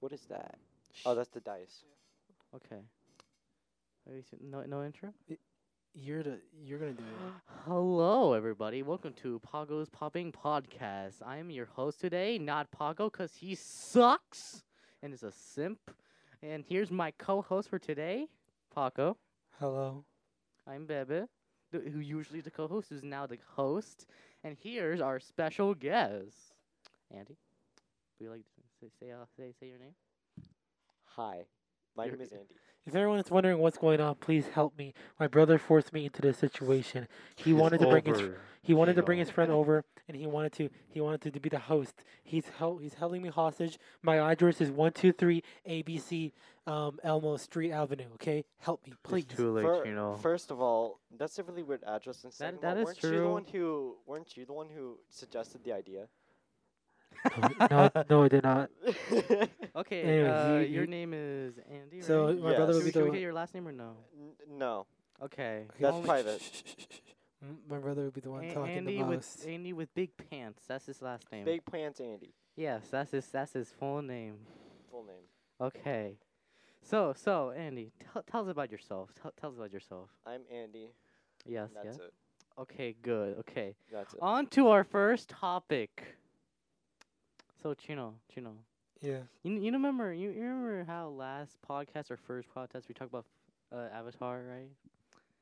What is that? Oh, that's the dice. Okay. Are you se- No, no intro. You're the you're gonna do it. Hello, everybody. Welcome to Pago's Popping Podcast. I am your host today, not Pago, cause he sucks and is a simp. And here's my co-host for today, Paco. Hello. I'm Bebe, th- who usually is the co-host, who's now the host. And here's our special guest, Andy. Would you like to say say uh, say, say your name? Hi, my You're- name is Andy. If everyone is wondering what's going on, please help me. My brother forced me into this situation. He wanted to bring his he wanted to bring his friend over, and he wanted to he wanted to, be the host. He's held he's holding me hostage. My address is one two three ABC um, Elmo Street Avenue. Okay, help me, please. Fir- First of all, that's a really weird address. And second of all, that is weren't you the true. one who weren't you the one who suggested the idea? no, no, no, I did not. N- Okay, Anyways, uh, you- your you- name is Andy. So right? my Yes. brother would should, we, be should the we one. get your last name or no? no, Okay, Okay, that's only- private. shh, shh, shh, shh, shh. M- My brother would be the one A- talking Andy the with most. Andy with big pants. That's his last name. Big Pants Andy, Yes, that's his that's his full name. full name. Okay, so so Andy, tell tell us about yourself. Tell tell us about yourself. I'm Andy. Yes, That's yes. it. Okay, good. Okay, That's it. on to our first topic. So Chino, Chino, Yeah. you you remember you, you remember how last podcast or first podcast we talked about uh, Avatar, right?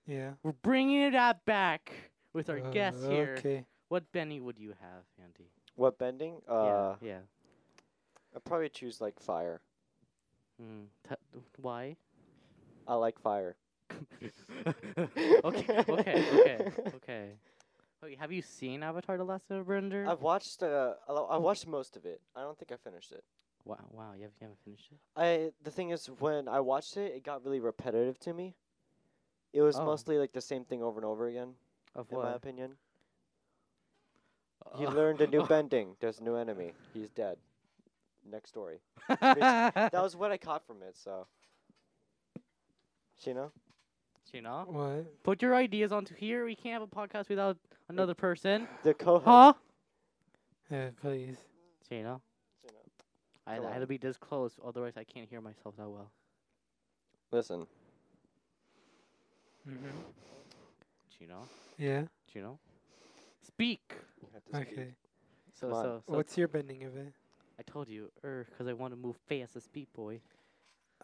Yeah. We're bringing that back with our Uh, guest here. Okay. What Benny would you have, Andy? What bending? Uh, yeah, yeah. I'd probably choose like fire. Mm. T- why? I like fire. okay, okay, okay, okay. Okay, have you seen Avatar: The Last Airbender? I've watched uh, I lo- I watched most of it. I don't think I finished it. wow, wow, you haven't, you haven't finished it. I the thing is when I watched it, it got really repetitive to me. It was Oh. mostly like the same thing over and over again, Of in my what? Oh. opinion. He learned a new bending. There's a new enemy. He's dead. Next story. that That was what I caught from it. So, Shino, you know. What? Put your ideas onto here. We can't have a podcast without another person. the co-host. Huh? Yeah, please. You know, Shino. I, Go I had on. to be this close, otherwise I can't hear myself that well. Listen, hmm You know, Yeah. you know. Speak. you have to speak. Okay. So Come on. so so. What's your bending of it? I told you, er, 'cause I want to move fast as Speed Boy.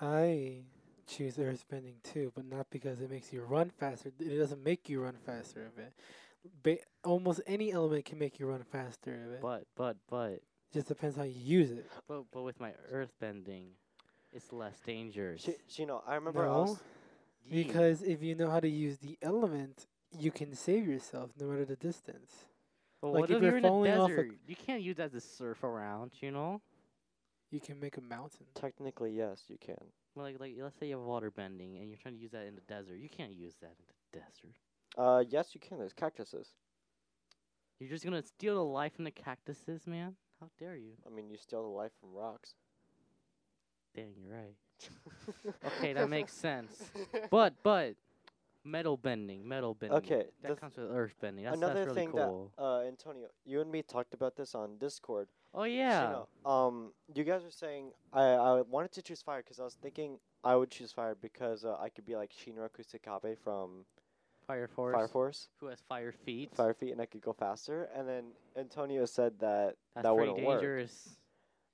I choose earth bending too, but not because it makes you run faster. It doesn't make you run faster of it. Ba- almost any element can make you run faster of it. But but but just depends how you use it. but but with my earth bending, it's less dangerous. Shi- Shino, I remember. I No. was, Yee. Because if you know how to use the element, you can save yourself no matter the distance. but like what if if you're you're in a falling off a- desert? You can't use that to surf around, you know. You can make a mountain. technically, yes, you can. Well, Like like let's say you have water bending and you're trying to use that in the desert. You can't use that in the desert. Uh, yes, you can. There's cactuses. You're just gonna steal the life from the cactuses, man. How dare you? I mean, you steal the life from rocks. Dang, you're right. Okay, that makes sense. But but metal bending, metal bending. Okay, that the th- comes with earth bending. That's, Another that's really thing cool. that uh, Antonio, you and me talked about this on Discord. oh yeah. Shino, um, you guys were saying I, I wanted to choose fire because I was thinking I would choose fire because uh, I could be like Shinra Kusakabe from Fire Force. Fire Force, Who has fire feet? Fire Feet, and I could go faster. And then Antonio said that That's that pretty wouldn't work. dangerous.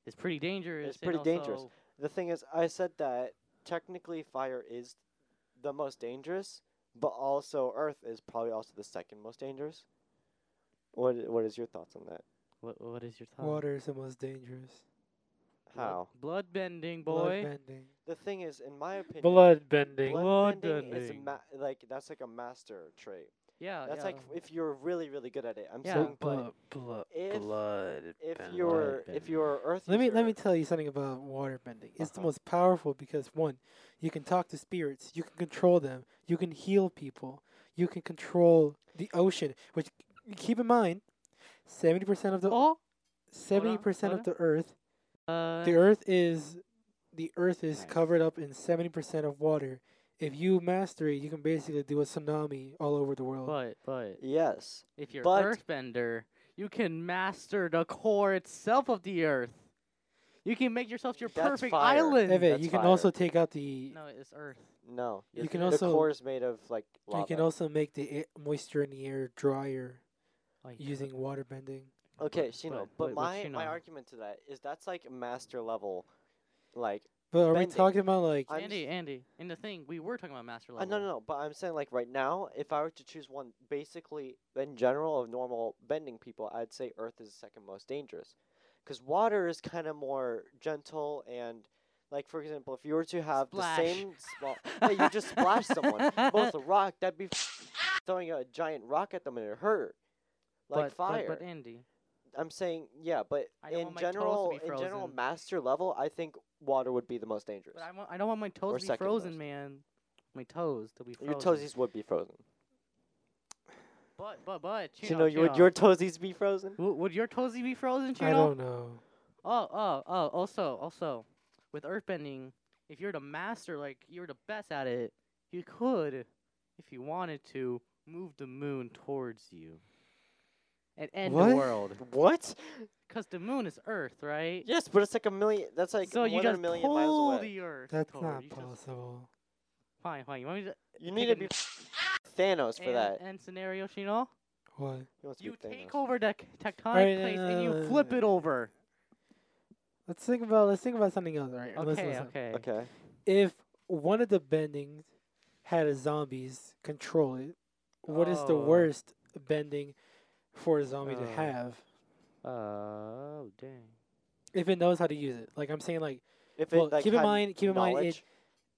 It's pretty dangerous. and pretty dangerous. also- The thing is, I said that technically fire is the most dangerous, but also earth is probably also the second most dangerous. What What is your thoughts on that? What what is your thought? Water is the most dangerous. Blood- How? Blood bending, Blood boy. bending. The thing is, in my opinion, Blood bending. blood Blood bending is a bending. ma- like that's like a master trait. Yeah, That's yeah. like if you're really really good at it. I'm Yeah, saying, but blood, blood, if- blood. if bend- you're blood if bending. you're earth, Let me let me user- tell you something about water bending. It's the Uh-huh. most powerful because one, you can talk to spirits, you can control them, you can heal people, you can control the ocean. Which keep in mind, seventy percent of the oh. seventy percent of hold the earth, Uh, the earth is, the earth is Nice. covered up in seventy percent of water. If you master it, you can basically do a tsunami all over the world. but but yes, if you're but- earthbender, you can master the core itself of the earth. You can make yourself your That's perfect fire. island. Evan, That's you can fire. also take out the. No, it's Earth. No, You it's- can the also- core is made of like lava. You can also make the air, moisture in the air drier Oh, yeah. using water bending. okay, Shino, but but- but my my Shino- argument to that is that's like master level, like But are we Bending. talking about like? I'm Andy, s- Andy, in the thing we were talking about master Uh, level. no, no, no. But I'm saying like right now, if I were to choose one, basically in general of normal bending people, I'd say Earth is the second most dangerous, because water is kind of more gentle and, like for example, if you were to have Splash. the same small, yeah, you just splash someone. But with a rock, that'd be throwing a giant rock at them and it hurt, like but, fire. But, but Andy, I'm saying yeah, but I don't in want my toes to general, be in general frozen. master level, I think water would be the most dangerous. but I, want, I don't want my toes Or to be second frozen, most. man. My toes to be frozen. Your toesies would be frozen. But but but. You Chino, know, you would Chino. your toesies be frozen? W- would your toesies be frozen, Chino? I don't know. Oh, oh, oh. Also, also, with earthbending, if you're the master, like you're the best at it, you could, if you wanted to, move the moon towards you and end What? the world. What? Because the moon is Earth, right? Yes, but it's like a million. That's like so you more than just a million pull miles away. the Earth. That's toward- not you just- possible. Fine, fine. You want me to You take need to a be n- Thanos for and, that. and scenario, Shino? What? He wants to You be Thanos. take over the c- tectonic Alright, plates no, and no, you no, flip no, it no. over. Let's think about let's think about something else. All right. listen, Okay, listen. okay. Okay. If one of the bendings had a zombies control it, what is the Oh. worst bending for a zombie Oh. to have? Oh, dang. If it knows how to use it. Like I'm saying like If Well, it, like, keep in had mind- keep in mind it- knowledge-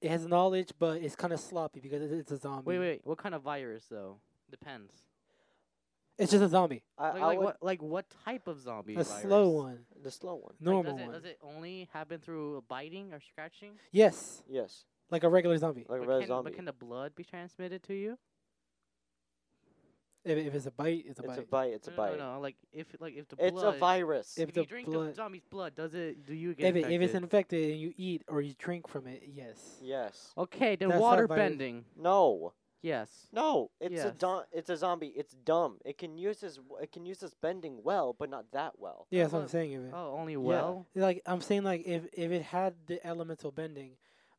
it has knowledge but it's kinda sloppy because it- it's a zombie. Wait, wait. What kind of virus, though? Depends. It's just a zombie. I, Like, I like would- what? Like what type of zombie? A virus? slow one. the slow one. Like, Normal does it one. does it only happen through biting or scratching? Yes. Yes, Like a regular zombie. like a but, red can, zombie. but can the blood be transmitted to you? If, if it's a bite, it's a it's bite. a bite. It's a no, no, bite. no, no, Like if like if the It's a blood. virus. If If, the you drink the blood- zombie's blood, does it? Do you get If, it, infected? if it's infected and you eat or you drink from it, yes. Yes. okay, then That's not water virus. bending. No. Yes. No. It's a Yes. dumb. It's a zombie. It's dumb. It can use this. It can use this bending well, but not that well. Yeah, that's what I'm Look, saying. Evan. Oh, only well. Like I'm saying, like if if it had the elemental bending,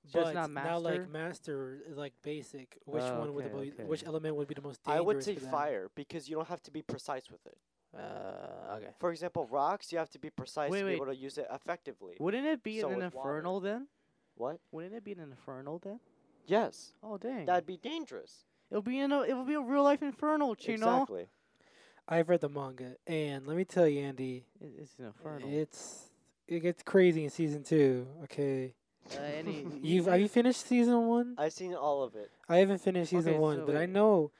So but it's not now like master? master like basic, which Oh, one would the okay, mo- which okay. element would be the most dangerous? I would say for them? fire because you don't have to be precise with it. Uh, okay. For example, rocks. You have to be precise Wait, to wait. be able to use it effectively. Wouldn't it be So an is water. infernal then? What? Wouldn't it be an infernal then? Yes. Oh dang. That'd be dangerous. it'll be in a it'll be a real life infernal, Chino. Exactly. I've read the manga, and let me tell you, Andy, It- It's an infernal. it's it gets crazy in season two. Okay, Uh, any- you've have you finished season one? I've seen all of it. I haven't finished season Okay, one, but I so- know.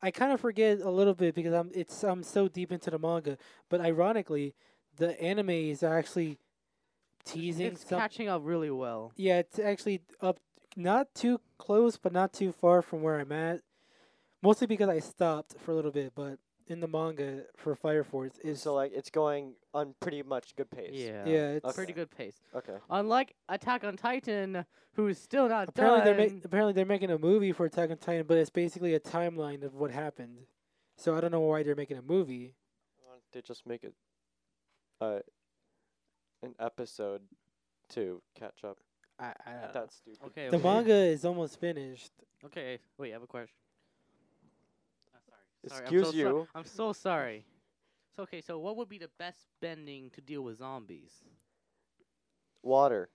I kind of forget a little bit because I'm it's I'm so deep into the manga. But ironically, the anime is actually teasing it's some- catching up really well. Yeah, it's actually up, not too close, but not too far from where I'm at. Mostly because I stopped for a little bit, but in the manga for Fire Force is So like it's going on pretty much good pace. Yeah. yeah, it's A pretty Okay. good pace. Okay. Unlike Attack on Titan, who's still not apparently done. they're ma- apparently they're making a movie for Attack on Titan, but it's basically a timeline of what happened. So I don't know why they're making a movie. Why don't they just make it uh an episode to catch up? I, I don't know. That's stupid. okay, The okay. manga is almost finished. Okay, wait, I have a question. Oh, sorry. Sorry, I'm Excuse so sor- you. I'm so sorry. So okay, so what would be the best bending to deal with zombies, Water.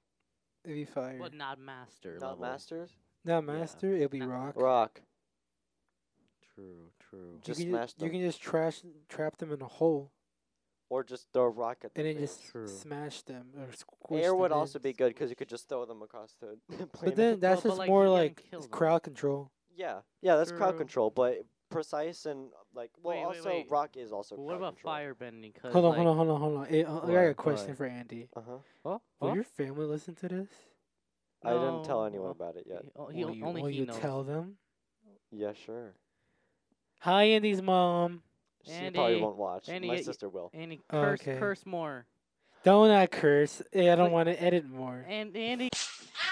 It'd be fire. but not master Not level? masters? Not yeah. master. It'll be Not- rock. Rock. True, true. Just you can, ju- smash you them. can just trash trap them in a hole Or just throw a rock at them. and then just True. smash them or squish Air would them in. also be good because you could just throw them across the planet. But then that's but, just like, more you didn't like kill them. crowd control. yeah. Yeah, that's crowd True. control, but precise and like well Wait, wait, also wait. rock is also But what crowd about control. fire bending? Cause Hold on, like, hold on, hold on, hold on. Eh, uh, I got Why? a question Why? for Andy. Uh-huh. Oh, Will oh, your family listen to this? I didn't tell No. anyone about it yet. he- oh, he will on- you, only will he you knows. tell them? Yeah, sure. Hi, Andy's mom. She probably Andy, won't watch. Andy, My y- sister will. Andy, Oh, curse, okay. curse more. Don't I curse. Eh, I don't Click- want to edit more. And Andy,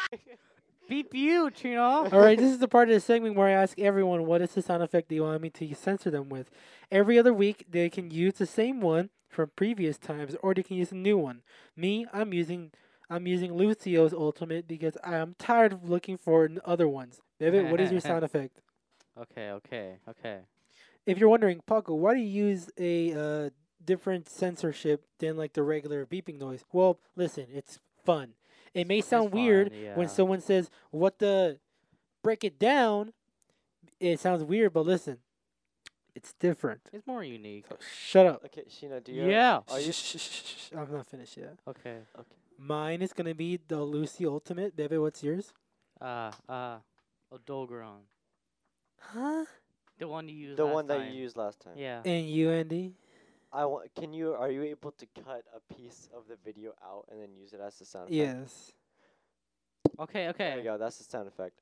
beep you, Chino. All right, this is the part of the segment where I ask everyone, what is the sound effect do you want me to censor them with? Every other week, they can use the same one from previous times, or they can use a new one. Me, I'm using I'm using Lucio's ultimate because I'm tired of looking for n- other ones. David, what is your sound effect? Okay, okay, okay. If you're wondering, Paco, why do you use a uh, different censorship than like the regular beeping noise? Well, listen, it's fun. It may It's sound weird fine, when yeah. someone says, "What the?" Break it down. It sounds weird, but listen, it's different. It's more unique. So shut up. Okay, Sheena, do you? Yeah. Are you? Shh, shh, shh, shh, shh. I'm not finished yet. Okay. Mine is gonna be the Lucy Ultimate. David, what's yours? Uh, uh, Odolgron. Huh? The one you used The last one that time. you used last time. Yeah. And you, Andy? I want. Can you? Are you able to cut a piece of the video out and then use it as the sound? effect? Yes. Okay, There you okay. go. That's the sound effect.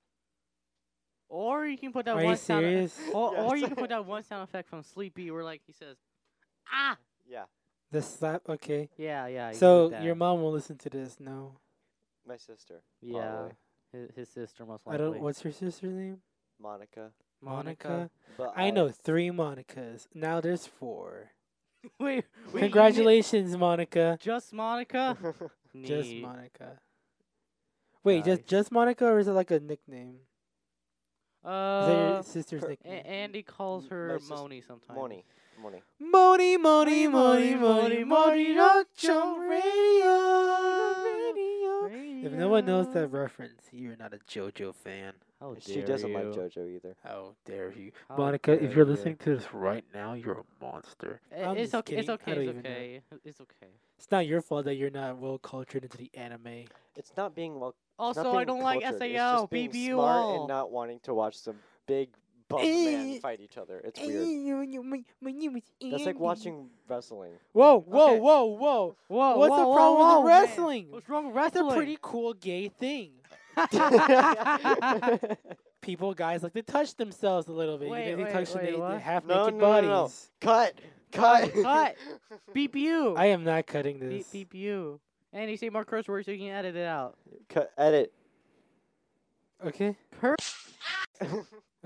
Or you can put that Are one you sound e- serious? or, or you Yes. can put that one sound effect from Sleepy where like he says, ah. Yeah, The slap. Okay. Yeah, yeah. you can do So that. your mom will listen to this. No, my sister. yeah, probably. his, his sister most I likely. don't. What's your sister's name? Monica. Monica. But I know three Monicas. Now there's four. Wait, wait, you kn- Congratulations, Monica. Just Monica. Just Neat. Monica. Wait, just Nice. just Monica, or is it like a nickname? Is that your Uh, sister's her- a- nickname? Andy calls M- her my sis- Moni sometimes. Moni. Moni. Moni, Moni, Moni, Moni, Moni, Moni, Moni, Moni, rock rock your your radio. If no one knows that Radio. reference, you're not a JoJo fan. How she dare doesn't like you. JoJo either. How dare you, How Monica? dare If you're you. listening to this right now, you're a monster. Eh, I'm it's just okay. It's kidding. okay. I It's don't even know. okay. It's okay. It's not your fault that you're not well cultured into the anime. It's not being well. it's not Also, I being don't like cultured, it's SAO, just being BBU smart and all. not wanting to watch some big buff man Eh. fight each other. It's weird. That's That's eh. like watching wrestling. Whoa, whoa, Okay. whoa, whoa! Whoa, What's the whoa, problem whoa, whoa, with man. wrestling? What's wrong with That's a wrestling? pretty cool gay thing. People, guys like to touch themselves a little bit. Wait, you know, they wait, touch wait, their na- their what? half No, no, naked no, bodies. no. cut, cut, Cut. BBU. I am not cutting Beep this. beep you. And you say more curse words so you can edit it out. cut. Edit. Okay. Curse.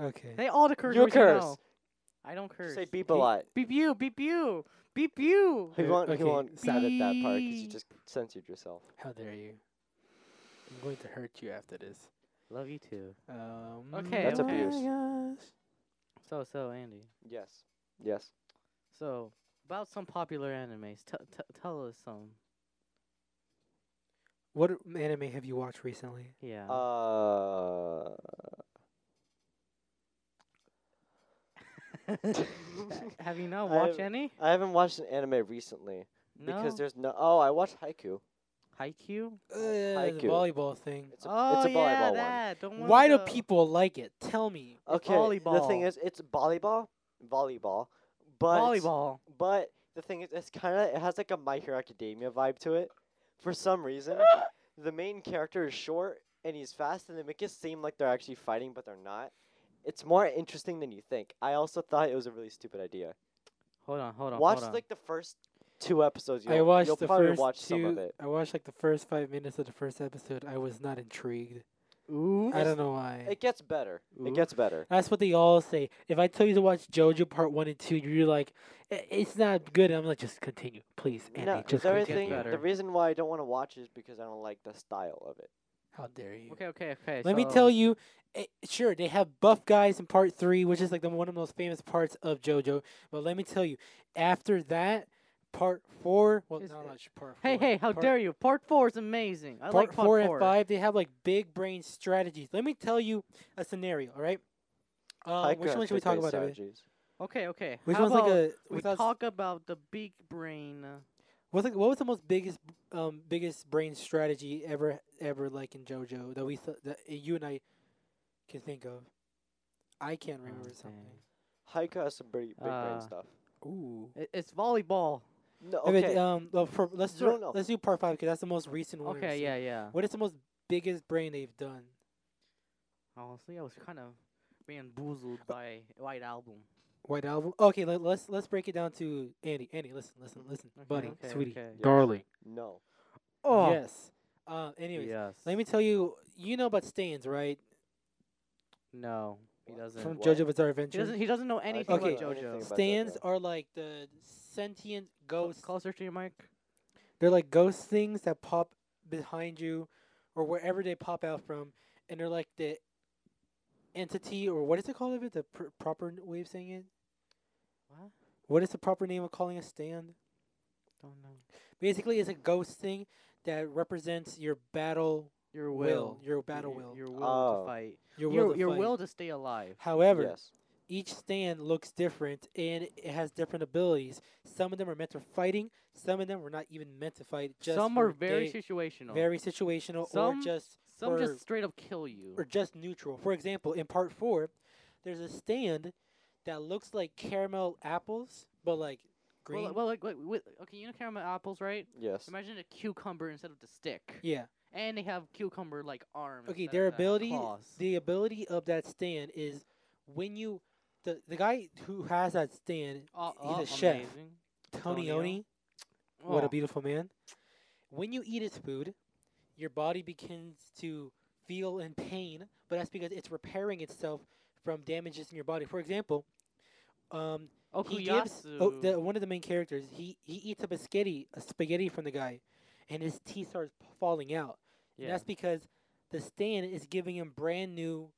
Okay. Say all the curse You words curse. you know. I don't curse. Say beep a lot. Beep you. Beep you. Beep you. He Uh, won't. okay, He won't sad at that part because you beep. just censored yourself. How dare you? I'm going to hurt you after this. Love you too. Um, Okay, That's my abuse. gosh. So so Andy. Yes. Yes. So about some popular animes. T- t- tell us some. What anime have you watched recently? Yeah. Uh. Have you not I watched have- any? I haven't watched an anime recently No. because there's no. Oh, I watched Haiku. Haikyuu. Uh, the Haiku. volleyball thing. It's a, Oh it's a volleyball yeah, one. that. Don't wanna Why do go. people like it? Tell me. Okay. The thing volleyball. is, it's volleyball, volleyball, but volleyball? But the thing is, it's kind of it has like a My Hero Academia vibe to it. For some reason, the main character is short and he's fast, and they make it seem like they're actually fighting, but they're not. It's more interesting than you think. I also thought it was a really stupid idea. Hold on, hold on. Watch hold on. like the first two episodes. You'll, I watched you'll the probably first watch two. some of it. I watched like the first five minutes of the first episode. I was not intrigued. Ooh. I don't know why. It gets better. Ooh. It gets better. That's what they all say. If I tell you to watch JoJo Part One and Two, you're like, "I- "It's not good." I'm like, "Just continue, please, Andy. No, just the, gets only continue." thing, the better. reason why I don't want to watch is because I don't like the style of it. How dare you? Okay, okay, okay. Let me so- tell you, eh, sure, they have buff guys in part three, which is like the one of the most famous parts of JoJo. But let me tell you, after that, part four, well, Is not it- much part four. Hey, hey, how part, dare you? Part four is amazing. I Part like part four and five, they have like big brain strategies. Let me tell you a scenario, all right? Uh, Haiku which has one should we good talk base about? David? strategies. Okay, okay. Which how one's like about a we without, talk about the big brain? uh, what's like, what was the most biggest um biggest brain strategy ever ever like in JoJo that we th- that you and I can think of? I can't remember thing? something. Haiku has some pretty big Uh, brain stuff. Ooh. It, it's volleyball. No, Okay. okay. um, well, for, let's do No, it- no. let's do part five because that's the most recent one. I've Okay, seen. yeah, yeah. What is the most biggest brain they've done? Honestly, I was kind of being boozled Uh, by White Album. White album. Okay, let, let's let's break it down to Andy. Andy, listen, listen, listen, Okay, buddy, okay, sweetie, okay. Yes. darling. no. Oh, Yes. Uh, anyways, yes. let me tell you. You know about Stains, right? No, he What? doesn't. From what? JoJo Bizarre He Adventure. doesn't. He doesn't know anything Okay. about anything JoJo. about Stands JoJo. are like the sentient Cl- ghosts. Closer to your mic. They're like ghost things that pop behind you or wherever they pop out from and they're like the entity or what is it called of it the pr- proper n- way of saying it What? what is the proper name of calling a stand Don't know. basically it's a ghost thing that represents your battle Your will, will. your battle your, will Your will Oh. to fight. your, your will, to your fight. will to stay alive. however Yes. each stand looks different and it has different abilities. Some of them are meant for fighting, some of them were not even meant to fight. Just Some for are very day- situational. very situational Some- or just Some for- just straight up kill you. or just neutral. For example, in part four, there's a stand that looks like caramel apples, but like green. Well, well like, like with, okay, you know caramel apples, right? Yes. Imagine a cucumber instead of the stick. yeah. And they have cucumber like arms. Okay, instead their of the ability- claws. The ability of that stand is when you the the guy who has that stand, Oh, he's a oh, chef. amazing. Tony Tonio? Oni, What Oh. a beautiful man. When you eat his food, your body begins to feel in pain, but that's because it's repairing itself from damages in your body. For example, um, he gives oh, Okuyasu. the, one of the main characters. He he eats up a spaghetti, a spaghetti from the guy, and his teeth starts p- falling out. yeah. And that's because the stand is giving him brand new,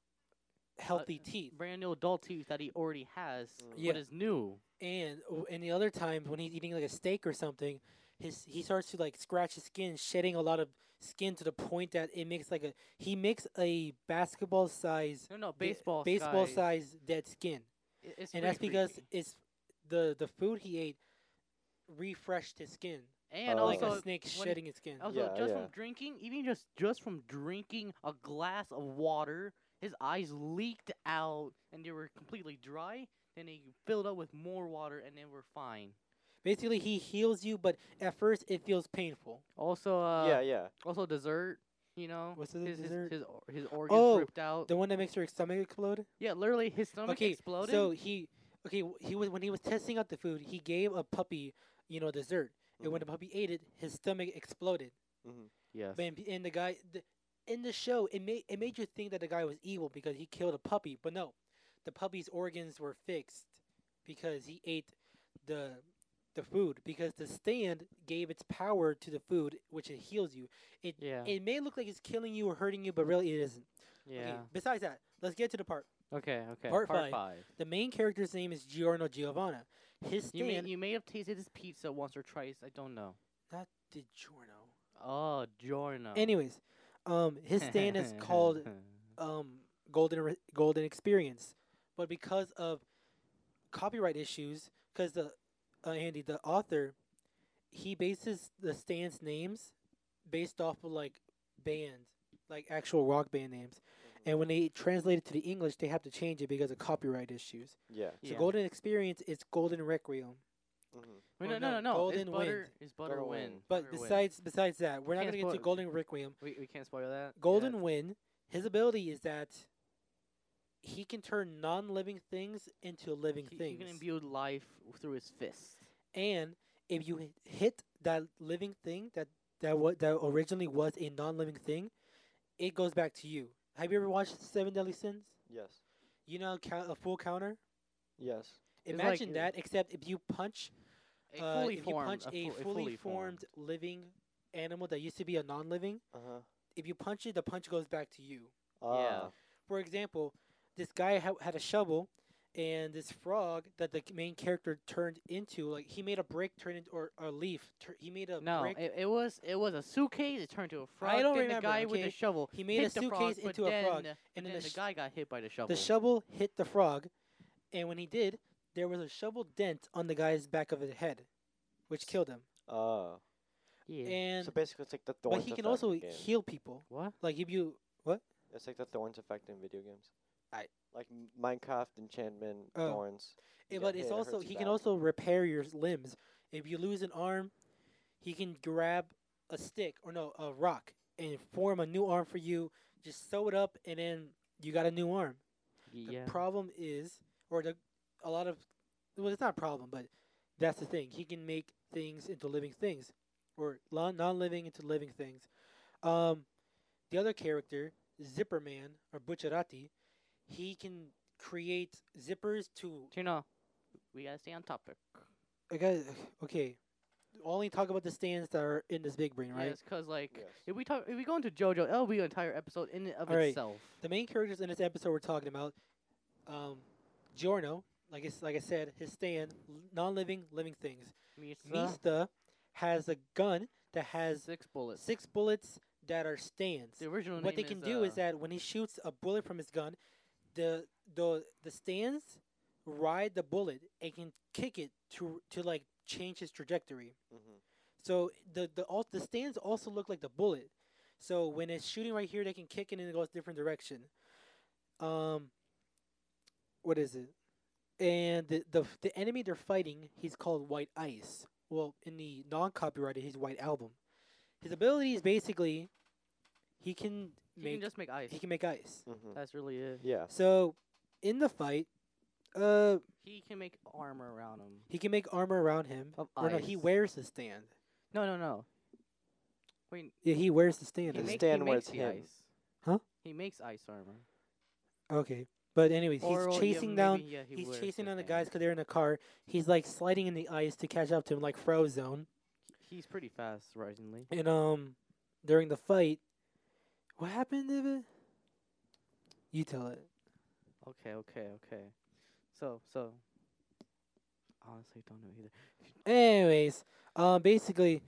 Uh, healthy teeth. brand new adult teeth that he already has. Mm. Yeah. What is new? And w- and the other times when he's eating like a steak or something, his he starts to like scratch his skin, shedding a lot of skin to the point that it makes like a he makes a basketball size No, no, baseball. baseball size. size dead skin, I- It's and pretty that's because creepy. it's the the food he ate refreshed his skin, and Oh. like also a snake when- shedding its skin. Also, Yeah, just yeah. from drinking, even just just from drinking a glass of water, his eyes leaked out and they were completely dry. Then they filled up with more water and they were fine. Basically, he heals you, but at first it feels painful. Also, uh, yeah, yeah. also dessert. You know, What's the his, his dessert? his or- his organs Oh, ripped out. The one that makes your stomach explode. yeah, literally, his stomach okay, exploded. So he okay w- he was when he was testing out the food, he gave a puppy you know dessert, and Mm-hmm. when the puppy ate it, his stomach exploded. yes. And, p- and the guy the, in the show, it made it made you think that the guy was evil because he killed a puppy, but no, the puppy's organs were fixed because he ate the the food because the stand gave its power to the food, which it heals you. It yeah. it may look like it's killing you or hurting you, but really it isn't. Okay, yeah. besides that, let's get to the part. Okay. Okay. Part five. five. The main character's name is Giorno Giovanna. His You may stand, you may have tasted his pizza once or twice. I don't know. not the Giorno. Oh, Giorno. Anyways, um, his stand is called um Golden Re- Golden Experience, but because of copyright issues, because the uh, Andy the author, he bases the stand's names based off of like bands, like actual rock band names, and when they translate it to the English, they have to change it because of copyright issues. Yeah. So Yeah. Golden Experience is Golden Requiem. Mhm. Wait, Or no, no, no, no, no. Is Golden butter Wind. is butter Golden win. Wind. But Butter win. besides besides that, we're not Can't gonna get to spoil- Golden Requiem. we we can't spoil that. Golden Yeah. Wind, his ability is that he can turn non-living things into living He, he things. can imbue life through his fist. and if you hit- hit that living thing that that what that originally was a non-living thing, it goes back to you. Have you ever watched Seven Deadly Sins? Yes. You know, count, a full counter. Yes. It's like- Imagine that, except if you punch, A uh, fully if you formed, punch a, fu- a fully, formed living animal that used to be a non-living. Uh huh. If you punch it, the punch goes back to you. Ah. Yeah. For example, this guy ha- had a shovel, and this frog that the main character turned into, like he made a brick turn into or a leaf. Tur- he made a No, brick. it, it was it was a suitcase. It turned to a frog. don't then remember, the guy with the okay? shovel. he made a hit the frog, suitcase but into a frog, then- and then then the, the sh- guy got hit by the shovel. the shovel hit the frog, and when he did, there was a shovel dent on the guy's back of his head, which killed him. Uh, Yeah. And so basically, it's like the thorns. but he effect can also in games. heal people. What? Like if you It's like the thorns effect in video games. I- like M- Minecraft, Enchantment, Oh. thorns. Eh, Yeah, but hey, it's that also hurts he your can back. also repair your s- limbs. If you lose an arm, he can grab a stick or no a rock and form a new arm for you. Just sew it up, and then you got a new arm. The Yeah. problem is, or the a lot of well, it's not a problem, but that's the thing. He can make things into living things, or lon- non-living into living things. Um, the other character, Zipperman or Bucciarati, he can create zippers to You know, we gotta stay on topic. I got okay. only talk about the stands that are in this big brain, right? Yes, because like Yes. if we talk, if we go into JoJo, that'll be an entire episode in and of All right. itself. The main characters in this episode we're talking about, um, Giorno, like I, s- like I said, his stand, l- non-living, living things. Misa, Mista has a gun that has six bullets. six bullets that are stands. The original what they name can do is uh, that when he shoots a bullet from his gun, the the the stands ride the bullet and can kick it to to like change his trajectory. Mm-hmm. So the the all the stands also look like the bullet. So when it's shooting right here, they can kick it and it goes different direction. Um, what is it? And the the, f- the enemy they're fighting, he's called White Ice. Well, in the non-copyrighted, he's White Album. His ability is basically he can he make can just make ice. he can make ice. Mm-hmm. That's really it. Yeah. So in the fight, uh, He can make armor around him. he can make armor around him. Of Or no, he ice. wears the stand. No, no, no. Wait, Yeah, he wears the he, stand. The I make, think. he stand where makes it's the him. ice. Huh? He makes ice armor. Okay. But anyways, Or, oh, yeah, he's chasing down. maybe, yeah, he he's wears chasing down the stand. guys because they're in a car. He's like sliding in the ice to catch up to him, like Frozone. He's pretty fast, surprisingly. And um, during the fight, what happened? David? You tell it. Okay, okay, okay. So, so. Honestly, don't know either. Anyways, um, basically,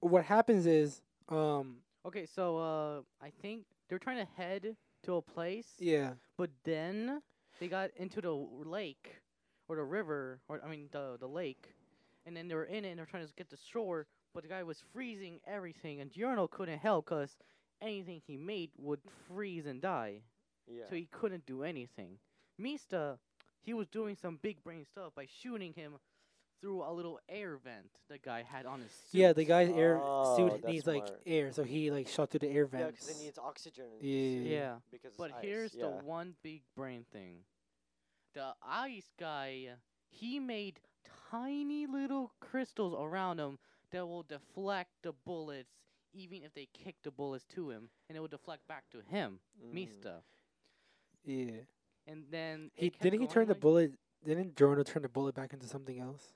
what happens is um, Okay, so uh, I think they're trying to head to a place, yeah, but then they got into the w- lake or the river, or I mean the the lake, and then they were in it and they're trying to get to shore, but the guy was freezing everything, and Giorno couldn't help because anything he made would freeze and die. Yeah. so he couldn't do anything. Mista, he was doing some big brain stuff by shooting him through a little air vent the guy had on his suit. yeah. The guy's air Oh, suit that's needs like smart. air, so he like shot through the air Yeah, vents. because it needs oxygen. in the Yeah. suit Yeah, Because it's but ice, here's yeah. the one big brain thing. The ice guy, he made tiny little crystals around him that will deflect the bullets, even if they kick the bullets to him, and it will deflect back to him, Mm-hmm. Mista. yeah. And then it Mm. He kept didn't he turn going the like- bullet. Didn't Jorno turn the bullet back into something else?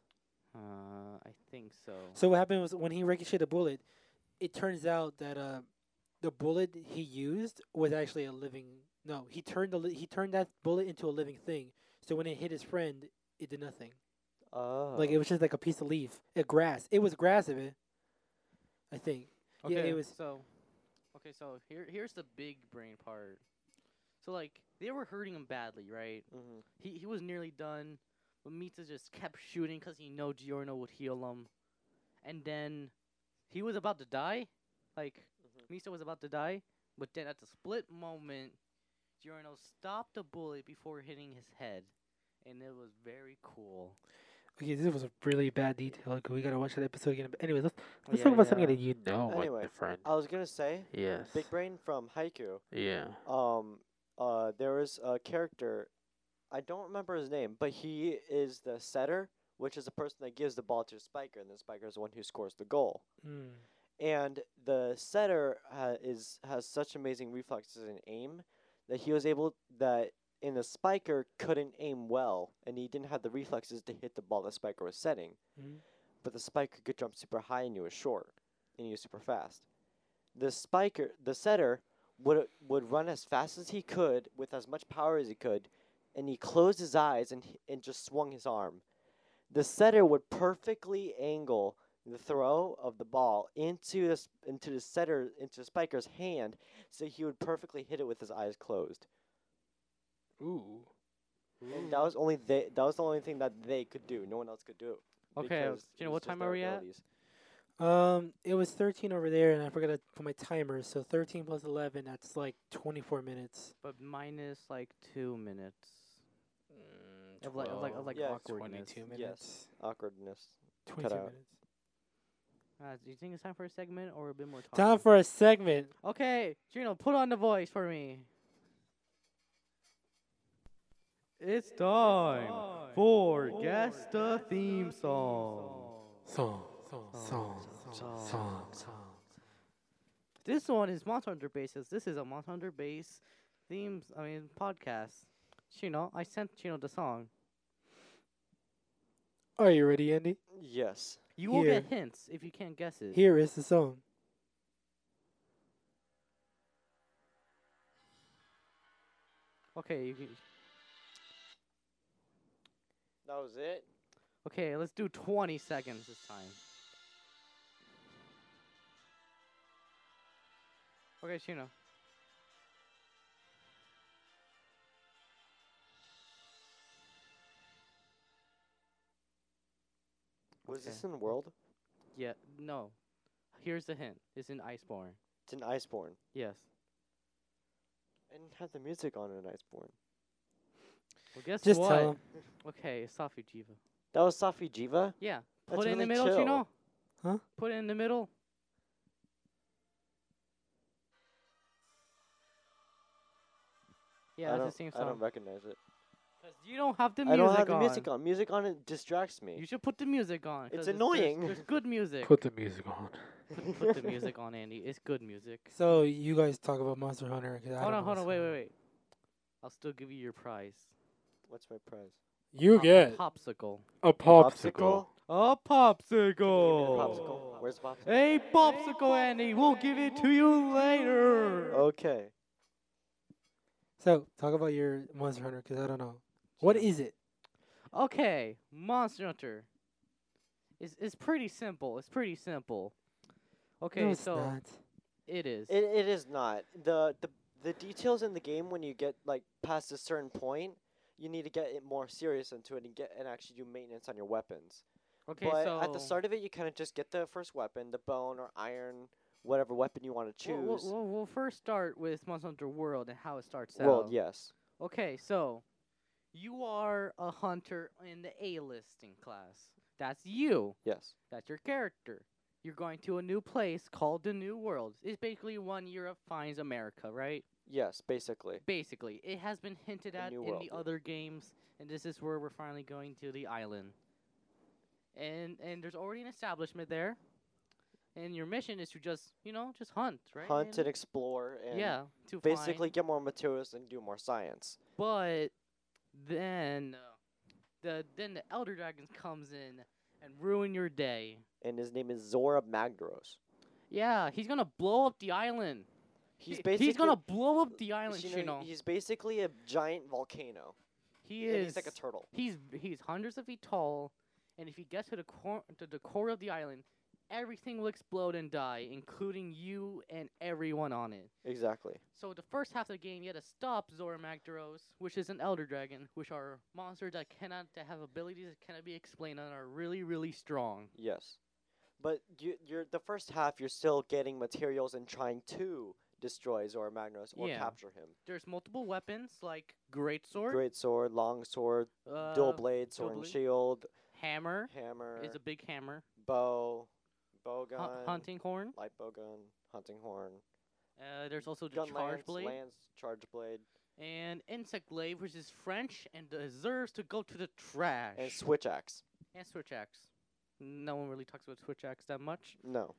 Uh, I think so. So what happened was when he ricocheted the bullet, it turns out that uh, the bullet he used was actually a living. No, he turned the li- he turned that bullet into a living thing. So when it hit his friend, it did nothing. Oh. Like it was just like a piece of leaf, a grass. It was grass of it. I think. Okay. Yeah, it was- so. Okay, so here here's the big brain part. So like they were hurting him badly, right? Mhm. He he was nearly done, but Mita just kept shooting because he know Giorno would heal him, and then he was about to die, like Mhm. Mita was about to die, but then at the split moment, Giorno stopped the bullet before hitting his head, and it was very cool. Okay, this was a really bad detail. Okay, we gotta watch that episode again. But anyways, let's, let's Yeah, talk about yeah. something that you know, my Anyway, friend. I was gonna say, Yes. Big Brain from Haiku. Yeah. Um, uh, there was a character, I don't remember his name, but he is the setter, which is the person that gives the ball to Spiker, and then Spiker is the one who scores the goal. Mm. and the setter ha- is has such amazing reflexes and aim that he was able that in the spiker couldn't aim well and he didn't have the reflexes to hit the ball that spiker was setting Mhm. but the spiker could jump super high and he was short and he was super fast the spiker the setter would would run as fast as he could with as much power as he could and he closed his eyes and h- and just swung his arm the setter would perfectly angle the throw of the ball into this into the setter into the spiker's hand, so he would perfectly hit it with his eyes closed. Ooh. And that was only they that was the only thing that they could do. No one else could do. it Okay, because do you know it was what just time their are we at? abilities. Um, it was 13 over there, and I forgot to put my timer. So 13 plus 11, that's like 24 minutes. But minus like two minutes of like of like of like Yeah, it's awkwardness. 22 minutes. Yes. Awkwardness. 22 out. minutes. Uh, do you think it's time for a segment or a bit more talking? Time for a segment. Okay, Gino, put on the voice for me. It's time for guess the theme song. Song, song, song, song, song, This one is Monster Hunter Bases. This is a Monster Hunter Base themes. I mean podcast. Gino, I sent Gino the song. Are you ready, Andy? Yes. You will Here. get hints if you can't guess it. Here is the song. Okay, you can, That was it. okay, let's do 20 seconds this time. Okay, Shino. Was Okay. this in World? Yeah, no. Here's the hint. It's in Iceborne. It's in Iceborne. Yes. I didn't have the music on in Iceborne. Well, guess Just what? tell him. Okay, it's Safi Jiva. That was Safi Jiva? Yeah. That's Put it in the really middle, chill. Chino. Huh? Put it in the middle. Yeah, I that's don't, the same I don't song. recognize it. Because you don't have the I music don't have the on. music on. Music on it distracts me. You should put the music on. 'cause there's- annoying. There's, there's good music. the music on. Put- put the music on, Andy. It's good music. So you guys talk about Monster Hunter. 'cause I Hold don't on, know hold on, this wait, wait, song. wait. I'll still give you your prize. What's my prize? You Pop- get popsicle. a popsicle. A Oh. Popsicle? popsicle. Where's the popsicle? A popsicle, Andy. We'll give it to you later. Okay. So talk about your Monster Hunter because I don't know. What is it? Okay, Monster Hunter. It's, it's pretty simple. It's pretty simple. Okay, no, it's so not. it is. It, it is not. The, the the details in the game when you get like past a certain point, you need to get it more serious into it and get and actually do maintenance on your weapons. okay, but so at the start of it you kinda just get the first weapon, the bone or iron, whatever weapon you want to choose. we'll, we'll, we'll, we'll first start with Monster Hunter World and how it starts Well, out. yes. Okay, so you are a hunter in the A-listing class. That's you. Yes. That's your character. You're going to a new place called the New World. It's basically when Europe finds America, right? Yes, basically. Basically, it has been hinted The at New in World, the yeah. other games, and this is where we're finally going to the island. And and there's already an establishment there, and your mission is to just you know just hunt, right? Hunt and Andy? explore and yeah, to basically find- get more materials and do more science. But then uh, the then the elder dragons comes in and ruin your day. And his name is Zora Magdaros. Yeah, he's gonna blow up the island. He's He- basically he's gonna blow up the island. you You know, He's basically a giant volcano. he and is. he's like a turtle. He's he's hundreds of feet tall, and if he gets to the core to the core of the island, everything will explode and die, including you and everyone on it. Exactly. So the first half of the game, you had to stop Zora Magdaros, which is an elder dragon, which are monsters that cannot that have abilities that cannot be explained and are really really strong. Yes, but you, you're the first half. You're still getting materials and trying to destroy Zora Magnus or Yeah. capture him. There's multiple weapons like great sword, Great sword, long sword, uh, dual blade, sword dual and blade. shield, hammer hammer, is a big hammer, bow, bow hu- gun, hunting horn. light bow gun, hunting horn, Uh, there's also the gun charge lance, blade lance, charge blade, and insect blade, which is French and deserves to go to the trash. and switch axe. and switch axe. No one really talks about switch axe that much. No,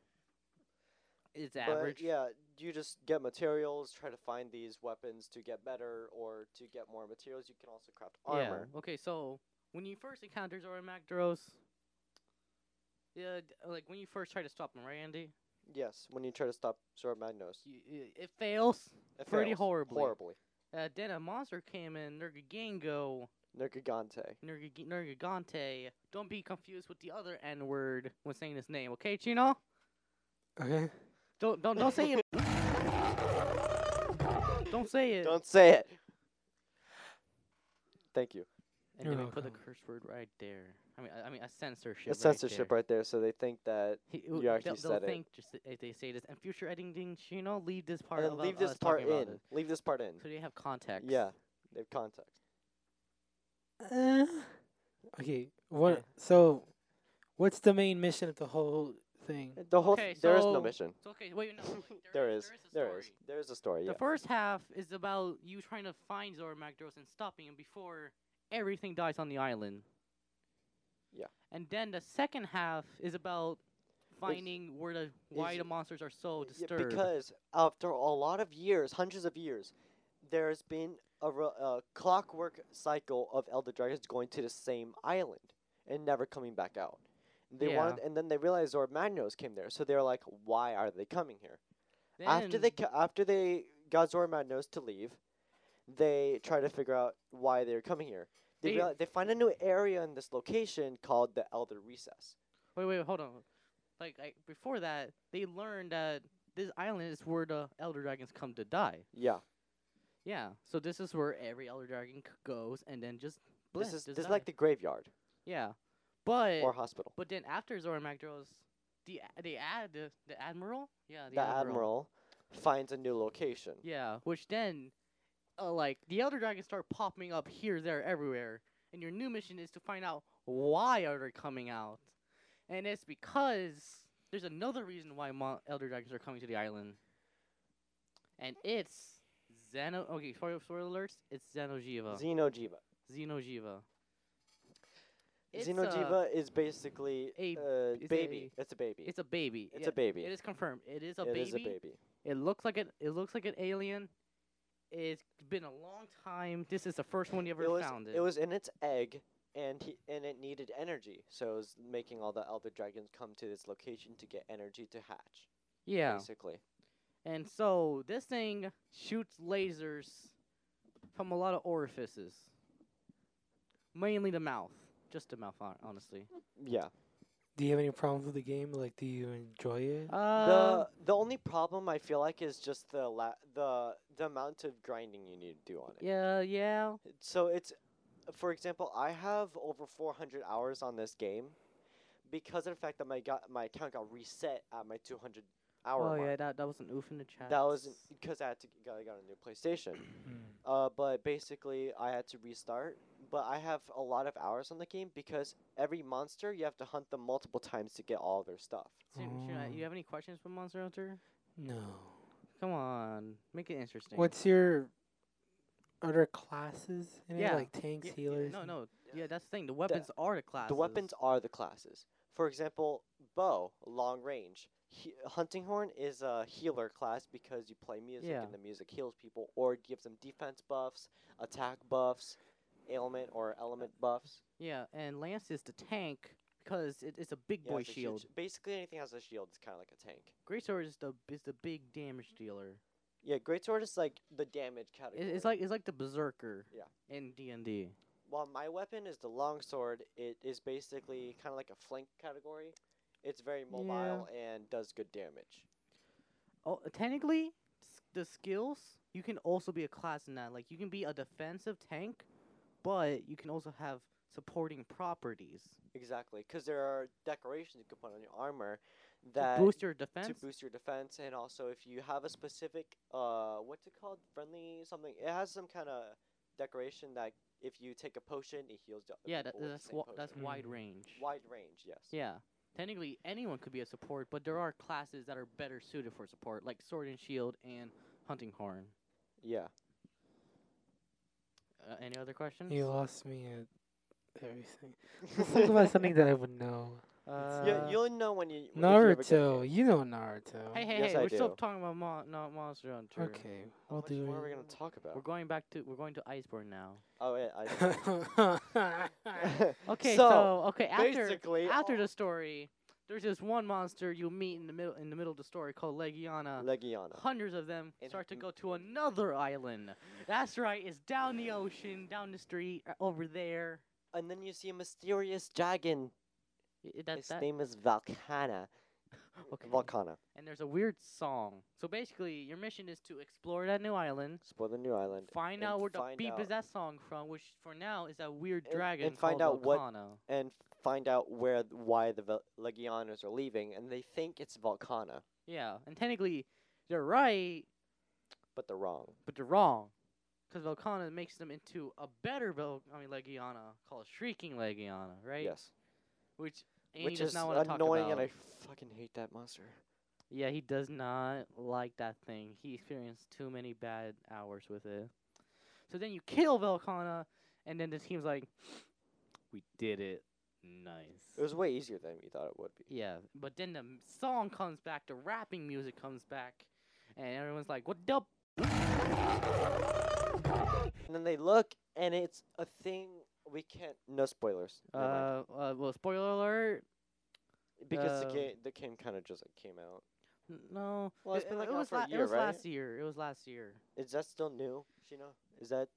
It's average. but yeah, you just get materials, try to find these weapons to get better or to get more materials. You can also craft armor. Yeah. Okay, so when you first encounter Zora Magdaros, yeah, d- like when you first try to stop him, right, Andy? Yes, when you try to stop Zora Magnus, You, i- it fails. It pretty fails horribly. Horribly. Uh, then a monster came in, Nergigango, Nergigante. Nergig- Nergigante. Don't be confused with the other N word when saying his name, okay, Chino? Okay. Don't don't don't say it. Don't say it. Don't say it. Thank you. and You're then we put the welcome. curse word right there. I mean, I, I mean a censorship. A right there. censorship right there, so they think that. He, You they'll- actually they'll said it. think just th- if they say this and future editing, you know, leave this part. And then about leave this us part talking in. about it. Leave this part in. So they have context. Yeah, they have context. Uh, okay. What? So, what's the main mission of the whole thing? The whole Okay, th- there is no so- mission. So, okay, wait, no, wait, There is. There a is. story. There is a story. The Yeah. first half is about you trying to find Zora Magdaros and stopping him before everything dies on the island. Yeah. And then the second half is about finding where the why is- the monsters are so Yeah, disturbed. because after a lot of years, hundreds of years, there's been a, re- a clockwork cycle of elder dragons going to the same island, and never coming back out. They Yeah. wanted, and then they realized Zord Magnos came there, so they were like, "Why are they coming here?" after Then- they ca- after they got Zora Madnos to leave, they try to figure out why they're coming here. They They- reali they find a new area in this location called the Elder Recess. Wait, wait, hold on. Like I, before that, they learned that this island is where the elder dragons come to die. Yeah, Yeah, so this is where every elder dragon c- goes, and then just this bleh, is just this is like die. the graveyard yeah, but or hospital. but then after Zora Magdros, the a- the ad the, the admiral yeah the, The admiral finds a new location. yeah, which then uh, like the elder dragons start popping up here, there, everywhere, and your new mission is to find out why are they coming out, and it's because there's another reason why mo- elder dragons are coming to the island, and it's Xeno. Okay, spoiler, spoiler alerts. It's Xenojiva. Xenojiva. Xenojiva. It's a- Xenojiva is basically a- a it's baby. It's a baby. It's a baby. It's Yeah, a baby. It is confirmed. It is a It baby. is a baby. It looks like an it looks like an alien. It's been a long time. This is the first one you ever It was found. it was in its egg, and he and it needed energy, so it was making all the elder dragons come to this location to get energy to hatch. yeah. basically. And so this thing shoots lasers from a lot of orifices, mainly the mouth, just the mouth, hon- honestly. Yeah. Do you have any problems with the game? Like, do you enjoy it? Uh, the the only problem I feel like is just the la- the the amount of grinding you need to do on it. yeah, yeah. So it's, for example, I have over 400 hours on this game, because of the fact that my got my account got reset at my 200 hour oh mark. yeah, that that was an oof in the chat. That was because I had to got, I got a new PlayStation. Mm. Uh, but basically, I had to restart. But I have a lot of hours on the game because every monster you have to hunt them multiple times to get all their stuff. Sim, should I- Oh. you have any questions for Monster Hunter? No. Come on, make it interesting. What's your other classes? in it? Yeah. Like tanks, Yeah, yeah, healers. No, no. Yeah, that's the thing. The weapons are the class. The weapons are the classes. For example, bow, long range. He- hunting horn is a healer class because you play music Yeah. and the music heals people or it gives them defense buffs, attack buffs, ailment or element buffs. Yeah, and Lance is the tank because it, it's a big Yeah, boy it's a shield. huge- basically, anything that has a shield is kind of like a tank. Greatsword is the is the big damage dealer. Yeah, greatsword is like the damage It, category. it's like it's like the berserker. Yeah. In D and D. while my weapon is the longsword, it is basically kind of like a flank category. It's very mobile and does good damage. Oh, technically, s- the skills you can also be a class in that. Like you can be a defensive tank, but you can also have supporting properties Exactly, because there are decorations you can put on your armor to that boost your defense. to boost your defense, and also if you have a specific uh, what's it called, friendly something. It has some kind of decoration that if you take a potion, it heals. The other yeah, that, people with the that's same wi- that's potion. wide Mm. range. wide range. Yes. Yeah. Technically, anyone could be a support, but there are classes that are better suited for support, like Sword and Shield and Hunting Horn. Yeah. Uh, any other questions? You lost me at everything. Let's talk about something that I would know. Uh, You, you'll know when you. if you ever get Naruto. there. You know Naruto. hey, hey, Yes, hey! I we're still do. talking about mon- not Monster Hunter. Okay, How we'll much do more are we it. gonna talk We're about? going back to we're going to Iceborne now. Oh yeah. I Okay, so, So, okay after basically, uh, after all- the story, there's this one monster you meet in the middle in the middle of the story called Legiana. Legiana. Hundreds of them And start to n- go to another island. That's right, it's down the ocean, down the street, uh, over there. And then you see a mysterious dragon. I- i- that- His that- name is Valkana. okay. Volcana. And there's a weird song. So basically, your mission is to explore that new island, Spoil the new island. find and out where the find beep is out- that song from, which for now is that weird And- dragon and find called out what- Volcano. And find out where th- why the Vel- Legianas are leaving, and they think it's Volcana, Yeah, and technically, they're right, but they're wrong. but they're wrong. Because Volcana makes them into a better Vel- I mean, Legiana called Shrieking Legiana, right? Yes. Which Andy Which does is not want to annoying, talk about. and I fucking hate that monster. Yeah, he does not like that thing. He experienced too many bad hours with it. So then you kill Velcana, and then the team's like, "We did it, nice." It was way easier than we thought it would be. yeah, but then the m- song comes back, the rapping music comes back, and everyone's like, "What the?" And then they look, and it's a thing we can't. No spoilers. Uh, never mind. uh, well, spoiler alert. because uh, the game the game kind of just like came out. N- No. Well, it's it, been, it- like, it out was for a la- year, It was right? last year. It was last year. Is that still new, Shino? Is that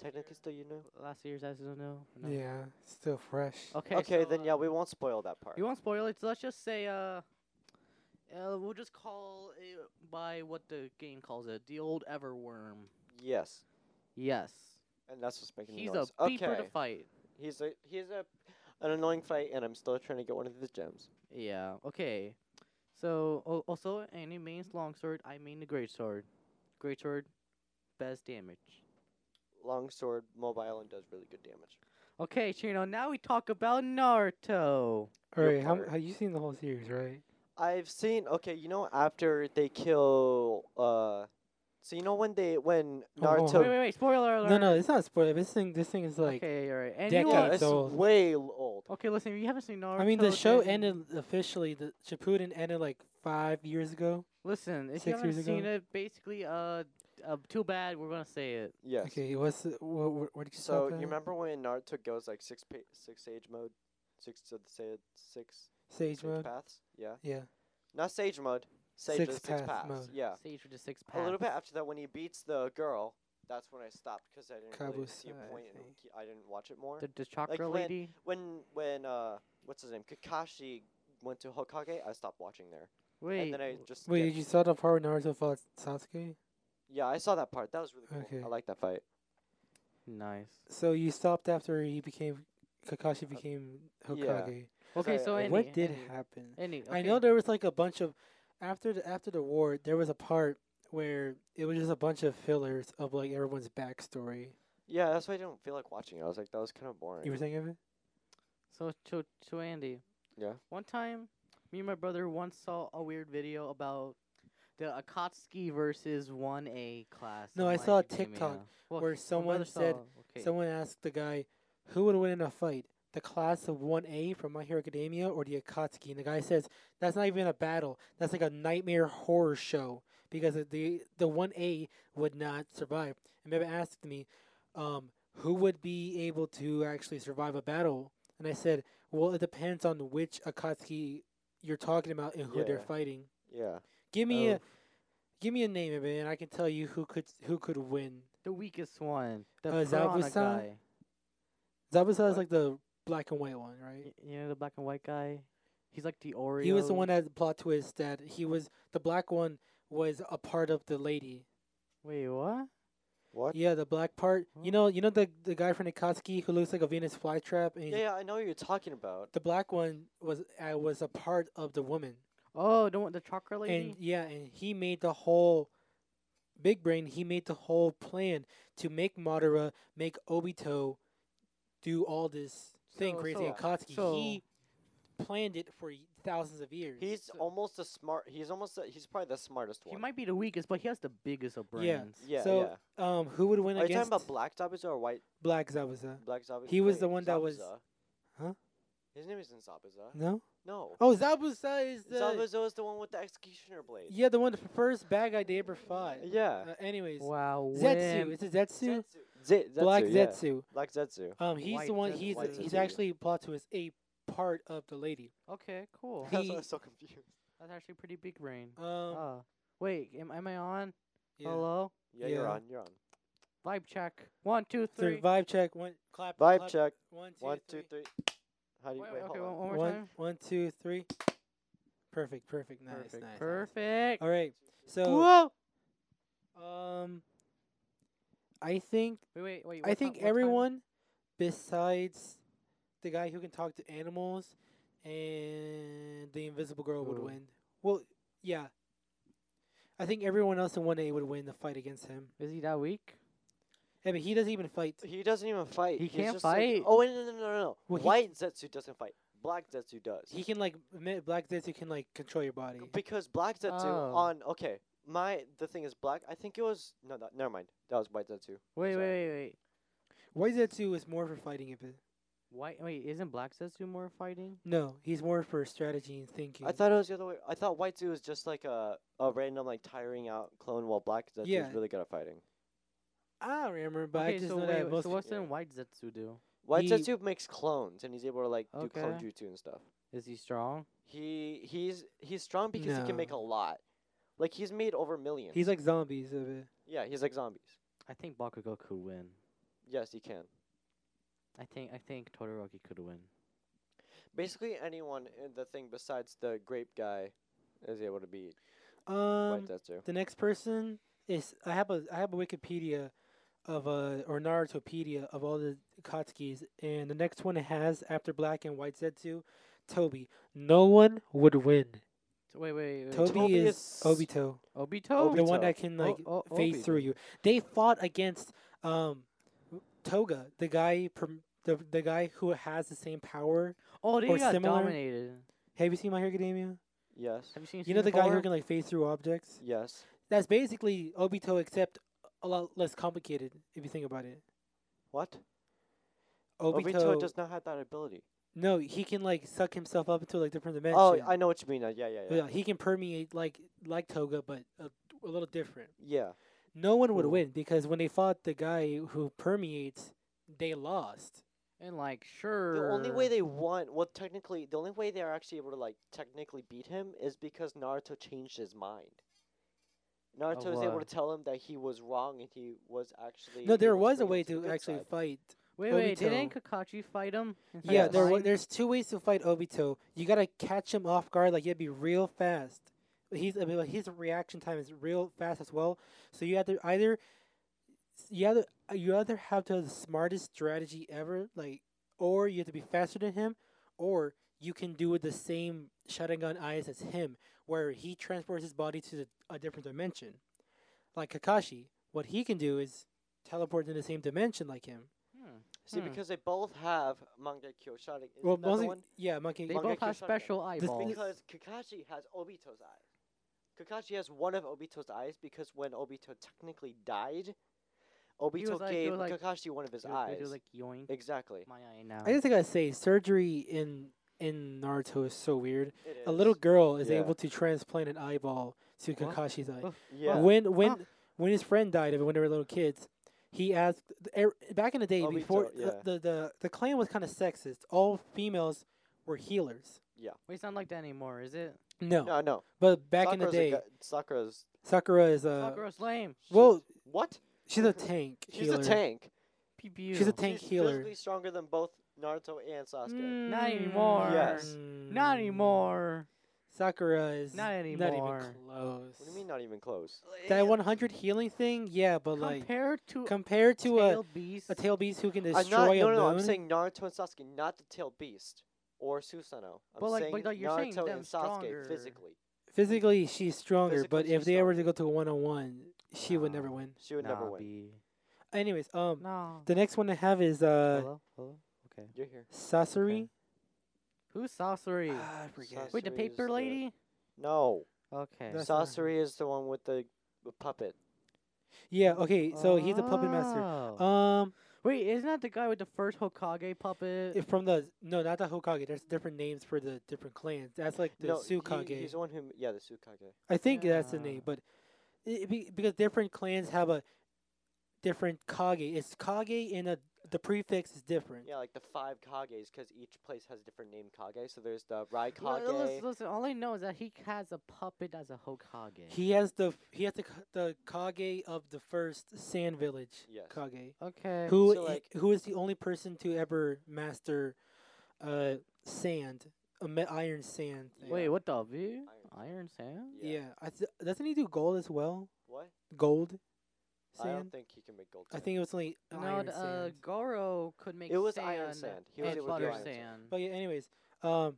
technically still you new? last year's episode. No. no. Yeah, still fresh. Okay. Okay, so, then yeah, uh, we won't spoil that part. You won't spoil it. So let's just say uh, uh, we'll just call it by what the game calls it, the old Everworm. yes, Yes. and that's what's making He's the noise. a beeper okay, to fight. he's a he's a an annoying fight, and I'm still trying to get one of the gems. Yeah. Okay. So oh, also, Annie mains longsword. I mean the greatsword. Greatsword, best damage. Longsword, mobile, and does really good damage. Okay, Chino. Now we talk about Naruto. All right, You're how, fired. how you seen the whole series, right? I've seen okay, you know after they kill uh so you know when they when Oh, oh, Naruto Wait, wait, wait. Spoiler alert. No, no, it's not spoiler. This thing, this thing is like. okay, all right. And you decades yeah, want, it's old. way l- old. Oh, okay, listen. You haven't seen Naruto. I mean, the show then- ended officially. The Shippuden ended like five years ago. Listen, if you Six haven't years seen ago? it, basically, uh, uh, too bad. We're gonna say it. Yes. Okay, uh, what's the, what, what, what did you So stop you at? remember when Naruto goes like six pa- six age mode, six to the sage, six Sage sage mode. paths? Yeah, Yeah. not sage mode. Sage Six is six path paths. mode. Yeah. Sage with the six A little bit paths. after that, when he beats the girl, that's when I stopped because I didn't really see Kabusai, I a point and think. ke- I didn't watch it more. The, the chakra when- lady. When when uh what's his name Kakashi went to Hokage, I stopped watching there, Wait. and then I just Wait, get- did you saw the part where Naruto fought Sasuke? Yeah, I saw that part. That was really cool. Okay. I like that fight. nice. So you stopped after he became Uh, Kakashi became Hokage. Okay, I- so I- any, what did any, happen? Any, I okay. know there was like a bunch of after the after the war. There was a part where it was just a bunch of fillers of like everyone's backstory. Yeah, that's why I didn't feel like watching it. I was like, that was kind of boring. You were saying of it? So to to Andy. Yeah? One time, me and my brother once saw a weird video about the Akatsuki versus one A class. No, in I My saw a Hero Academia. TikTok Well, where my someone brother said- saw- okay. Someone asked the guy, "Who would win in a fight, the class of one A from My Hero Academia or the Akatsuki?" And the guy says, "That's not even a battle. That's like a nightmare horror show because of the the one A would not survive." And Beba asked me, um, "Who would be able to actually survive a battle?" And I said, "Well, it depends on which Akatsuki you're talking about and who they're Yeah. fighting. Yeah. Give me Oh. a give me a name of it, and I can tell you who could who could win." the weakest one, the Uh, piranha Zabuza? guy. Zabuza What? is like the black and white one, right? Y- You know the black and white guy. He's like the Oreo. He was the one that had the plot twist that he was the black one was a part of the lady. Wait, what? What? Yeah, the black part. You Huh? know, you know the the guy from Nikatsuki who looks like a Venus flytrap, and he's, Yeah, yeah, I know what you're talking about. the black one was uh, was a part of the woman. Oh, the one, the chakra lady. And yeah, and he made the whole big brain. He made the whole plan to make Madara, make Obito, do all this thing So- crazy. so- and Akatsuki, so- he planned it for y- thousands of years. He's So- almost the smart. He's almost. The, he's probably the smartest He one. might be the weakest, but he has the biggest of brains. Yeah. Yeah. so, yeah. um, who would win Are you against talking about Black Zabuza or White Black Zabuza? Black Zabuza? He was Wait, the one that was- Zabuza. Huh? His name isn't Zabuza. No. No. Oh, Zabuza is the Zabuza is the one with the executioner blade. yeah the one the first bad guy they ever fought. Yeah. Uh, anyways, Wow. Zetsu. when- Is it Zetsu? Z- Zetsu, Black yeah. Zetsu. Black Zetsu. Um, he's White the one. Zetsu. He's White he's Zetsu. actually plot twist a part of the lady. Okay. Cool. That's why He- I'm so confused. That's actually pretty big brain. Um, Oh, Uh, wait, am, am I on? yeah. Hello? Yeah, you're Yeah. on. You're on. Vibe check. One, two, So three. vibe check. One clap. Vibe clap, check. One two One, three. two, three. How do you Wait, wait? hold okay, one, on. one more One- time. one, two, three. Perfect. Perfect. Nice. perfect. Nice. nice. perfect. All right. So Whoa! um, I think Wait, wait, wait. I what ti- think what time- everyone besides the guy who can talk to animals and the invisible girl would Who? win. Well, yeah. I think everyone else in 1A would win the fight against him. Is he that weak? I mean, he doesn't even fight. He doesn't even fight. He He's can't just like- fight. oh wait, no, no, no, no, no. Well, he- White Zetsu doesn't fight. Black Zetsu does. He can like mi- Black Zetsu can like control your body. because Black Zetsu Oh. on okay. My the thing is black. I think it was no, no never mind. That was White Zetsu. Wait, wait, Sorry. wait, wait. White Zetsu is more for fighting a bit. Why? Wait, isn't Black Zetsu more fighting? No, he's more for strategy and thinking. I thought it was the other way. I thought White Zetsu was just like a a random like tiring out clone, while Black Zetsu Yeah. is really good at fighting. I don't remember, but I okay, just so wait, know that wait, most so what's yeah. in White Zetsu do? White He- Zetsu makes clones, and he's able to like do clone Okay. jutsu and stuff. Is he strong? He he's he's strong because he can make a No. lot. Like he's made over millions. He's like zombies of it. yeah, he's like zombies. I think Bakugo could win. Yes, he can. I think I think Todoroki could win. Basically, anyone in the thing besides the grape guy is able to beat Um, White Zetsu. the next person is I have a I have a Wikipedia of uh or Narutopedia of all the Katsukis, and the next one it has after Black and White Zetsu, Toby. No one would win. So wait, wait, wait. Toby, Toby is, is- Obito, Obito. Oh, the one Obito. that can like O- O- phase Obito. through you. They fought against um Toga, the guy from the the guy who has the same power. Oh, they or got similar. dominated. Have you seen My Hero Academia? Yes. Have you seen? You know Season the guy who four? can like phase through objects. Yes. That's basically Obito, except a lot less complicated if you think about it. What? Obito, Obito does not have that ability. no, he can like suck himself up into like different dimensions. Oh, I know what you mean. now. Yeah, yeah, yeah. Yeah, he can permeate like like Toga, but a, a little different. Yeah. No one would Cool. win because when they fought the guy who permeates, they lost. And like, sure. The only way they won, well, technically, the only way they are actually able to like technically beat him is because Naruto changed his mind. Naruto was able what? to tell him that he was wrong and he was actually. No, he there was was a bringing way him the to good actually side. fight. Wait, wait. Didn't Obito- Kakashi fight him? inside Yeah, Yes. his there wa- mind? there's two ways to fight Obito. You gotta catch him off guard, like you would be real fast. He's I mean, like, his reaction time is real fast as well. So you have to either you either you either have to have the smartest strategy ever, like, or you have to be faster than him, or you can do with the same Sharingan eyes as him, where he transports his body to the, a different dimension. Like Kakashi, what he can do is teleport in the same dimension like him. Hmm. See, Hmm. because they both have Mangekyo Sharingan. Isn't Well, that the mostly, one? yeah, monkey. They Mangekyo both have Sharingan. special This- eyeballs. Because Kakashi has Obito's eyes. Kakashi has one of Obito's eyes because when Obito technically died, Obito was like- he gave was like- Kakashi one of his They would- eyes. they would, like yoink exactly. my eye now. I just gotta say, surgery in in Naruto is so weird. It A is. little girl is Yeah. able to transplant an eyeball to What? Kakashi's eye. Oh, Yeah. When when Huh. when his friend died of it when they were little kids, he asked er, back in the day Obito, before yeah. the, the the the clan was kind of sexist. All females were healers. Wait, it's not like that anymore, is it? No, No, no. but back in the Sakura's a day, gu- Sakura's. Sakura is a Sakura's lame. she's- well, what? she's a tank She's healer. a tank. Pew pew. She's a tank She's healer. physically stronger than both Naruto and Sasuke. Not anymore. Yes. Not Mm. anymore. Sakura is Not Not anymore. even close. What do you mean, not even close? That 100 healing thing, yeah, but like Compared to compared to a tail beast. a tail beast who can I'm destroy not, a no, no, no. I'm moon? saying Naruto and Sasuke, not the tail beast or Susanoo. I'm But, like- saying but, like, you're saying Naruto them and Sasuke stronger. physically. physically she's stronger, Physically, but if she's they ever stronger. to go to a one on one, she would never Nah. win. She would nah, never win. B. Anyways, um, Nah. the next one I have is uh Hello? Hello? Okay. You're here. Sasori. Who's Sasori? Ah, I forget. Sas- Wait, the Sasori is paper the- lady? No. Okay. That's not her. Sasori is the one with the, the puppet. Yeah, okay, so he's a puppet master. Ah. Oh. Um, Wait, isn't that the guy with the first Hokage puppet? if from the no, not the Hokage. There's different names for the different clans. That's like the no, he- Tsukage. he's the one who. Yeah, the Tsukage. I think that's the Yeah. name, but it, be, because different clans have a different Kage. It's Kage, and a, the prefix is different. Yeah, like the five Kages, because each place has a different name Kage. So there's the Rai Kage. L- l- Listen, listen, all I know is that he has a puppet as a Hokage. He has the he has the k- the Kage of the first Sand Village Yes. Kage, okay. who So, i- like- who is the only person to ever master uh sand, a me- iron sand. Thing. Wait, what the V? Iron Iron Sand? Yeah, I th- doesn't he do gold as well? What? Gold, I sand. don't think he can make gold. I sand. think it was only No, iron the, uh, sand. Goro could make It was sand. iron sand. He was and able to do butter iron sand. sand. But yeah, anyways, um,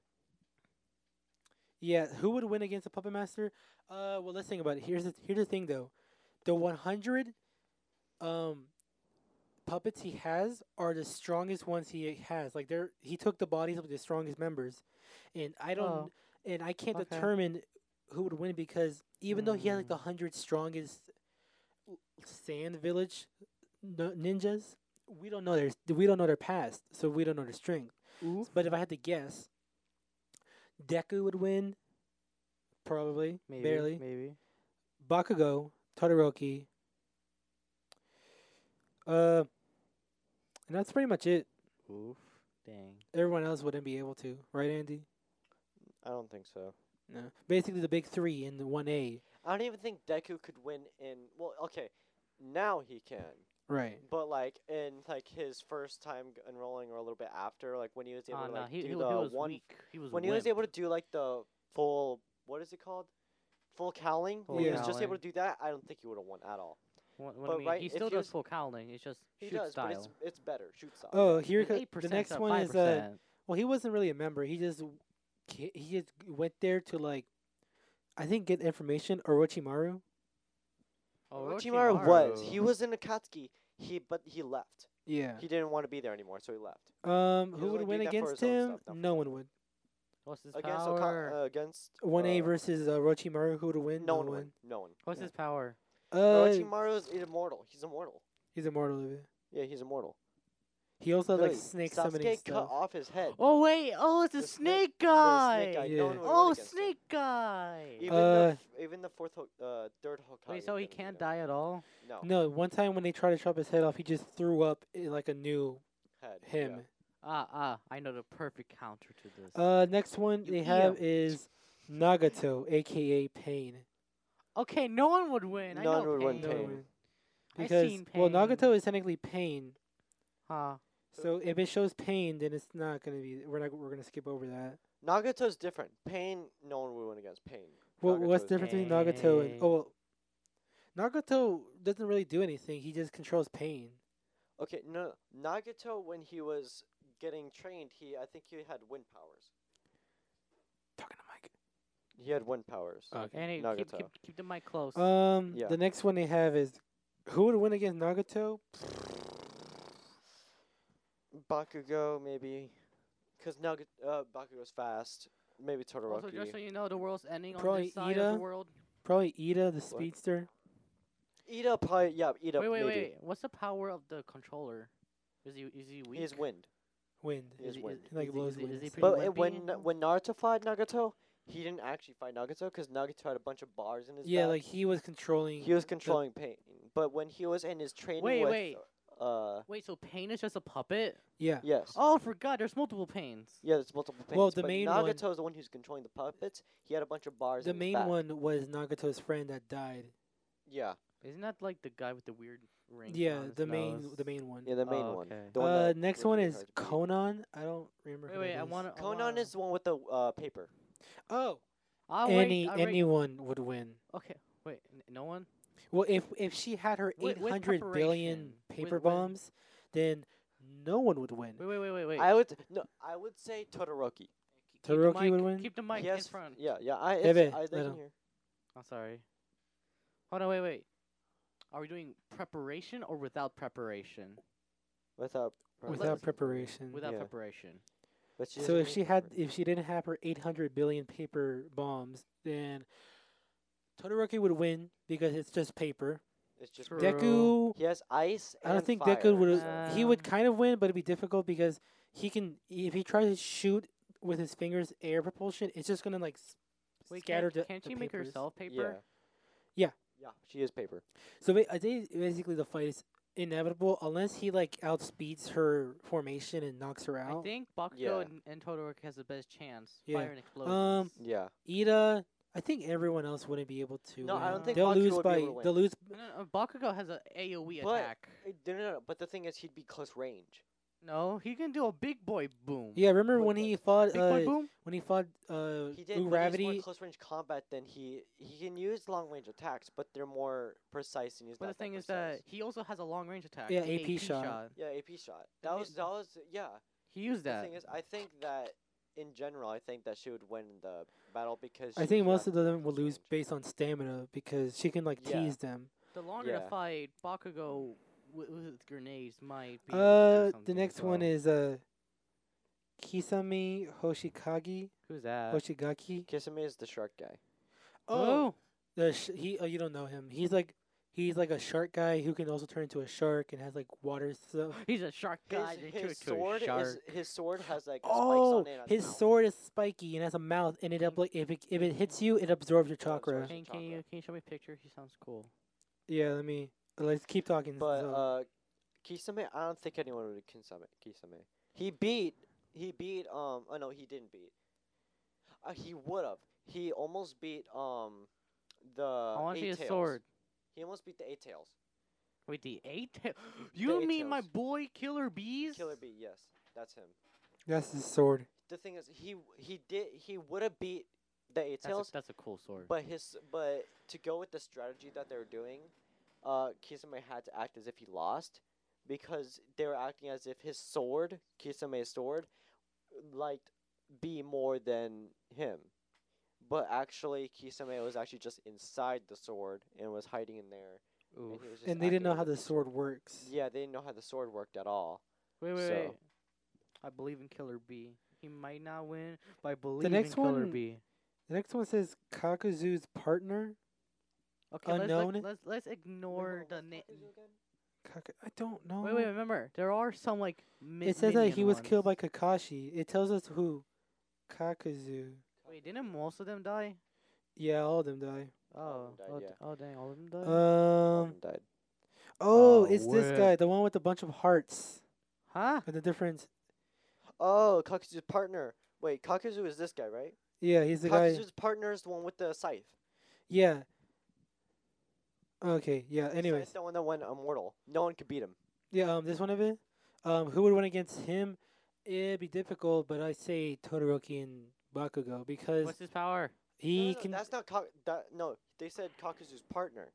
yeah, who would win against a puppet master? Uh, well, let's think about it. Here's the here's the thing though, the 100, um, puppets he has are the strongest ones he has. Like they're he took the bodies of the strongest members, and I don't Oh. and I can't Okay. Mm. determine who would win because even though he had like the hundred strongest w- sand village n- ninjas, we don't know their we don't know their past, so we don't know their strength. Oof. But if I had to guess, Deku would win, probably, Maybe, barely. Maybe. Bakugo, Todoroki. Uh, and that's pretty much it. Oof. Dang. Everyone else wouldn't be able to, right, Andy? I don't think so. No. Basically, the big three in the one A. I don't even think Deku could win in. Well, okay, now he can. Right. But like in like his first time g- enrolling or a little bit after, like when he was able Oh, to no, like he, do he, he the was one weak. He was when he was able to do like the full what is it called? Full cowling. When he was just able Full to do that, I don't think he would have won at all. What, but I mean, right, he if still he does was- full cowling. It's just He shoot does, style. but it's it's better. Shoot style. Oh, here He's co- 8% the next to one is uh. 5%. Well, he wasn't really a member. He just ca- he just went there to like, I think get information. Orochimaru. Oh, Orochimaru was. He was in Akatsuki. He but he left. Yeah. He didn't want to be there anymore, so he left. Um, He who was would like win doing that for against his own him? stuff, not No one would. What's his Against Oka- power? uh, against One A uh, versus uh, Orochimaru. Who would win? No one. would. No one. What's yeah. his power? Uh, Orochimaru is immortal. He's immortal. he's immortal. Of it. Yeah, he's immortal. He also like Really, snake Sasuke summoning cut stuff. off his head. Oh wait! Oh, it's a The snake, snake- guy. The snake guy. Yeah. No one would Oh, vote against him. snake guy. Even, Uh, the, f- even the fourth, Ho- uh, third Hokage. wait, so he couldn't beat can't him. die at all? No. No, one time when they tried to chop his head off, he just threw up eh, like a new Head. yeah. him. Ah, ah! I know the perfect counter to this. Uh, next one You they eat have 'em. is Nagato, aka Pain. okay, no one would win. no I one know would win, Pain. no one I Because seen well, Pain. Nagato is technically Pain, Huh. so if it shows Pain, then it's not gonna be. We're not. We're gonna skip over that. Nagato's different. Pain, no one would win against Pain. What Nagato what's is the difference between Nagato and Pain. oh, well, Nagato doesn't really do anything. He just controls Pain. Okay, no, no. Nagato, when he was getting trained, he I think he had wind powers. Talking to He had wind powers. Mike. And hey, keep, Nagato. keep keep the mic close. Um, Yeah. the next one they have is who would win against Nagato? Bakugo, maybe. Because Naga- uh, Bakugo's fast. Maybe Todoroki. also, just so you know, the world's ending on Probably this side of Ida. the world. Probably Ida, the speedster. Ida probably, yeah, Ida wait, wait, maybe. wait! What's the power of the controller? Is he is he weak? He's wind. Wind. He has Is he- wind. is- Like is he- blows is he- wind is he and pretty But uh, wimpy when and stuff? when Naruto fought Nagato, he didn't actually fight Nagato because Nagato had a bunch of bars in his Yeah, back. like he was controlling. he was controlling pain. But when he was in his training Wait, with, wait. uh, Wait, so Pain is just a puppet? Yeah. yes, Oh, I forgot. There's multiple Pains. yeah, there's multiple pains. Well, the but main one- Nagato is the one who's controlling the puppets. He had a bunch of bars. The in his main back. one was Nagato's friend that died. Yeah, Isn't that like the guy with the weird ring? yeah, on his the main nose? the main one. yeah, the main Oh, one. okay. The one uh, that next was one really is hard to beat. Conan. I don't remember. Wait, who wait, it I is. want to. Conan is the one with the uh, paper. Oh, i any anyone would win. Okay, wait, n- no one. Well, if if she had her With- eight with hundred billion preparation, with- paper with- bombs, then no one would win. Wait, wait, wait, wait, wait. I would no, I would say Todoroki. Keep the Todoroki mic- would win? Keep the mic yes, in front. yeah, yeah. I, it's, Bebe, I they let can him. hear. I'm sorry. Hold on, wait, wait. Are we doing preparation or without preparation? without Without preparation. Without Yeah. preparation. But she so doesn't if need she had preparation. if she didn't have her eight hundred billion paper bombs, then Todoroki would win because it's just paper. it's just True. Deku He has ice. I don't and think fire, Deku would. so- he Uh, would kind of win, but it'd be difficult because he can. If he tries to shoot with his fingers, air propulsion, it's just gonna like s- Wait, scatter. can't, the- can't the she make papers. herself paper? Yeah. Yeah. Yeah, she is paper. So ba- I think basically the fight is inevitable unless he like outspeeds her formation and knocks her I out. think Bakugo Yeah. and, and Todoroki has the best chance. Yeah. Fire and explosions. Um, Yeah. Ida. I think everyone else wouldn't be able to. No, win. I don't think they'll Bakugo lose would be by. able to win. They'll lose. no, no, no, Bakugo has a AOE But- attack. Uh, No, no, no. But the thing is, he'd be close range. No, he can do a big boy boom. Yeah, remember But when the- he fought Big boy uh, boom. when he fought uh, He did. Blue but he's Gravity? more close range combat than he he can use long range attacks, but they're more precise and he's But the not thing is that precise. he also has a long range attack. Yeah, the AP shot. yeah, AP shot. That the- was that was yeah. He used The that. thing is, I think that in general, I think that she would win the battle because I she's think most not of them close will lose range. based on stamina because she can like Yeah. tease them. The longer Yeah. the fight, Bakugo with, with grenades might be. Uh, the next one is uh, Kisame Hoshikagi who's Uh, that? Hoshigaki. Oh, Kisame is the shark guy. oh. Oh, the sh- he. Oh, you don't know him. He's like he's like a shark guy who can also turn into a shark and has like water stuff. he's a shark guy. his, they turned his to a sword shark. is his sword has like Oh, spikes on it. on his mouth. sword is spiky and has a mouth, and it up like if it, if it hits you, it absorbs your It absorbs chakra. your Can, can chakra. you can you show me a picture? He sounds cool. Yeah, let me let's keep talking. But so- uh, Kisame, I don't think anyone would Kisame. Kisame. He beat. He beat. Um. Oh no, he didn't beat. Uh, he would have. He almost beat. Um. The. I want Uh, eight to see a tails. sword. He almost beat the eight tails. Wait, the eight tail. You eight mean my tails. boy Killer Bees? Killer Bee. Yes, that's him. That's his sword. The thing is, he he did. He would have beat the eight That's tails, a, that's a cool sword. but his but to go with the strategy that they were doing, uh, Kisame had to act as if he lost, because they were acting as if his sword, Kisame's sword, liked B more than him. But actually, Kisame was actually just inside the sword and was hiding in there. And, Oof. he was just And they acting didn't know as how if the his sword works. Yeah, they didn't know how the sword worked at all. Wait, wait, so- wait. I believe in Killer B. He might not win, but I believe next in Killer one- B. The next one says Kakazu's partner. Okay, let's, like, unknown- let's let's ignore the name. Kaka- I don't know. Wait, wait, remember there are some like. Mi- Oh. It says that he minion was killed by ones. Kakashi. It tells us who. Kakazu. Wait, didn't most of them die? Yeah, all of them die. Oh, of them died, oh, yeah. d- oh, dang, all of them died. Um. died. Oh, Oh, it's wait. this guy, the one with a bunch of hearts. huh? And the difference. Oh, Kakazu's partner. Wait, Kakazu is this guy, right? Yeah, he's the guy. Kakazu's partner is the one with the scythe. Yeah. Okay. Yeah. The scythe's Uh, Anyways. the one that went immortal. No one could beat him. Yeah. Um. This one of it. Um. Who would win against him? It'd be difficult, but I say Todoroki and Bakugo because What's his power? No, no, he no, can. That's not Kak. That, no, they said Kakazu's partner.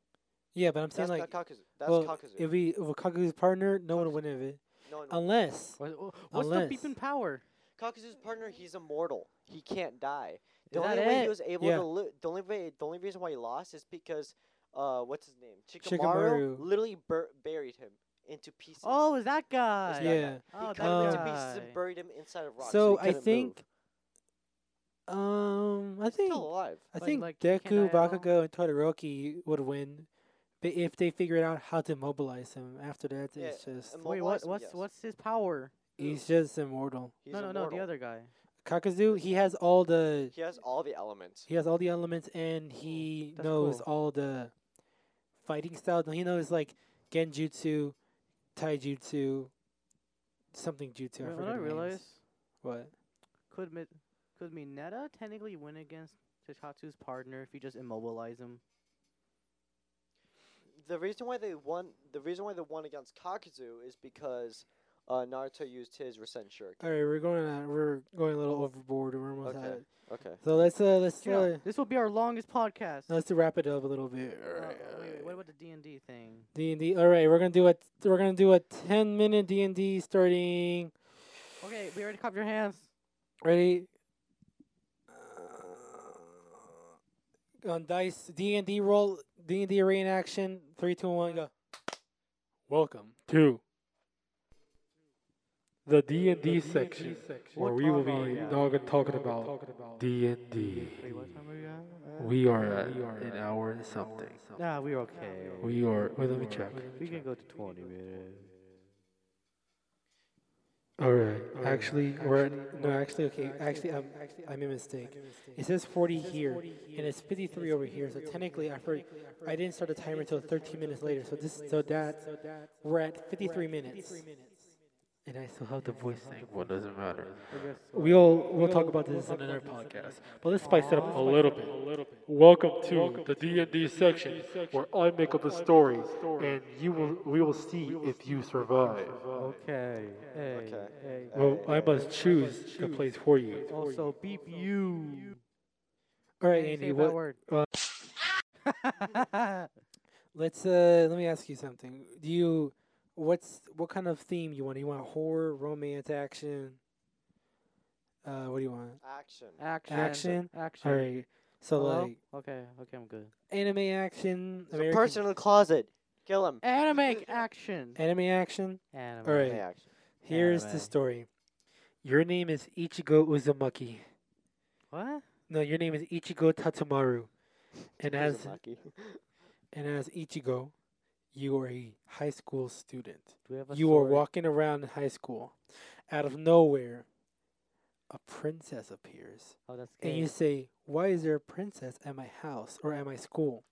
Yeah, but I'm saying That's like, not Kakazu. That's well, Kakazu. if um, we if Kakuzu's partner, no one would win of it no one. would. unless What- wha- What's the Unless- beeping power? Kakazu's partner, he's immortal. He can't die. Is The that only way it? he was able Yeah. to lo- the only way the only reason why he lost is because uh what's his name Shikamaru, Shikamaru. literally bur- buried him into pieces. Oh, is that guy? that yeah. He Oh, cut him Uh, into that pieces guy. and buried him inside of rocks. So he I couldn't think, move. um, I He's think still alive. I Like- think like, he can't Deku, die at all? Bakugo, and Todoroki would win, but if they figured out how to mobilize him. After that, Yeah, um, it's just Wait, Immobilize what? him, What's yes. what's his power? he's just immortal. He's no, no, no, immortal. the other guy. Kakazu, he has all the He has all the elements. he has all the elements, and he Mm, that's knows cool. all the fighting styles. He knows like Genjutsu, Taijutsu, something jutsu. I Wait, forgot what I the names. realize What? could Mi- could Mineta technically win against Totatsu's partner if you just immobilize him? The reason why they won, the reason why they won against Kakazu is because uh, Naruto used his Rasen Shuriken. All right, we're going uh, we're going a little overboard. We're almost Okay. out. of- Okay. So let's uh let's You know, uh, this will be our longest podcast. let's to wrap it up a little bit. Uh, wait, wait, what about the D and D thing? D and D. All right, we're gonna do a we're gonna do a ten minute D and D starting. Okay, we already clapped your hands. Ready? Uh, On dice D and D roll D and D arena action. Three, two, one, go. Welcome Two. The D and D&D D section, where we will be talking, talking about D and D. Wait, what time are we at? We are at an hour and something. Nah, we're okay. We are. Wait, let me check. We can go to twenty minutes. All right. Actually, we're at. No, actually, okay. Actually, I'm I made a mistake. It says 40 here, and it's 53 over here. So technically, I for, I didn't start the timer until 13 minutes later. So this so that we're at 53 minutes. And I still have the voice thing. What doesn't matter. guess We'll we'll talk about this in another podcast. But let's spice it up a little bit. Welcome to the D and D section, where I make up a story, and you will we will see if you survive. Okay. Hey, Okay. Hey. Well, I must choose the place for you. Also, beep you. All right, Hey, Andy. say What? uh, that word. Let's uh let me ask you something. Do you what's what kind of theme you want? Do you want horror, romance, action? Uh what do you want? Action. Action. Action? Action. All right. So Hello? like Okay. Okay, I'm good. anime action, There's a American person in the closet. Kill him. Anime action. anime action. Anime. All right. Hey, action. Here's Anime. the story. Your name is Ichigo Uzumaki. What? No, your name is Ichigo Tatsumaru. And as Uzumaki. and as Ichigo, you are a high school student. Do we have a you are sword? walking around in high school. Out of nowhere, a princess appears. Oh, that's And you gay. say, Why is there a princess at my house or at my school?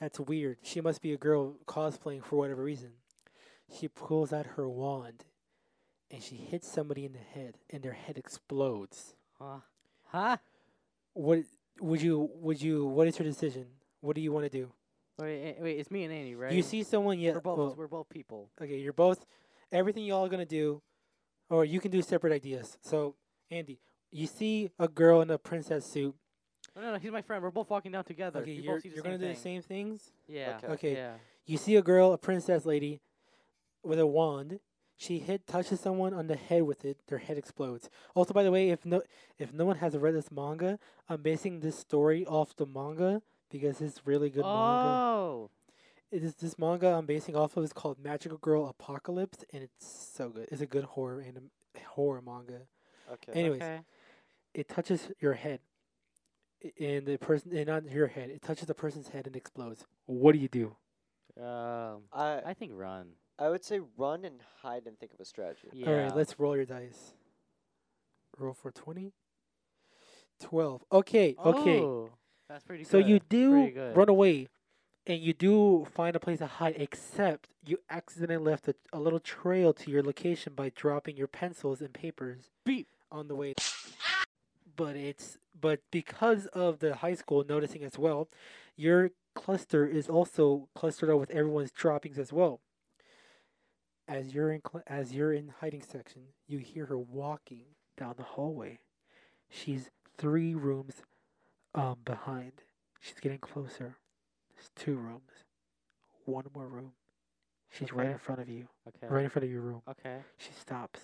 That's weird. She must be a girl cosplaying for whatever reason. She pulls out her wand and she hits somebody in the head, and their head explodes. Huh? Huh? What would you? Would you? What is your decision? What do you want to do? Wait, eh, wait, it's me and Andy, right? You see someone? Yeah. we're both well, we're both people. okay, you're both. Everything y'all are gonna do, or you can do separate ideas. So, Andy, you see a girl in a princess suit. No, no, no. He's my friend. We're both walking down together. Okay, we you're, both see the you're same gonna do the thing. same things. Yeah. Okay. Okay. Yeah. You see a girl, a princess lady, with a wand. She hit touches someone on the head with it. Their head explodes. Also, by the way, if no if no one has read this manga, I'm basing this story off the manga because it's really good manga. oh. It is this manga I'm basing off of is called Magical Girl Apocalypse, and it's so good. It's a good horror anim- horror manga. Okay. Anyways, Okay. it touches your head, I- and the person and not your head. It touches the person's head and explodes. What do you do? Um, I I think run. I would say run and hide and think of a strategy. Yeah. All right, let's roll your dice. Roll for 20. 12. Okay, okay. Oh, that's pretty. so good. you do pretty good. run away and you do find a place to hide, except you accidentally left a, a little trail to your location by dropping your pencils and papers Beep. on the way. But it's but because of the high school noticing as well, your cluster is also clustered up with everyone's droppings as well. As you're in cl- as you're in hiding section, you hear her walking down the hallway. She's three rooms um behind. She's getting closer. There's two rooms. One more room. She's right Okay. in front of you. Okay. Right in front of your room. Okay. She stops.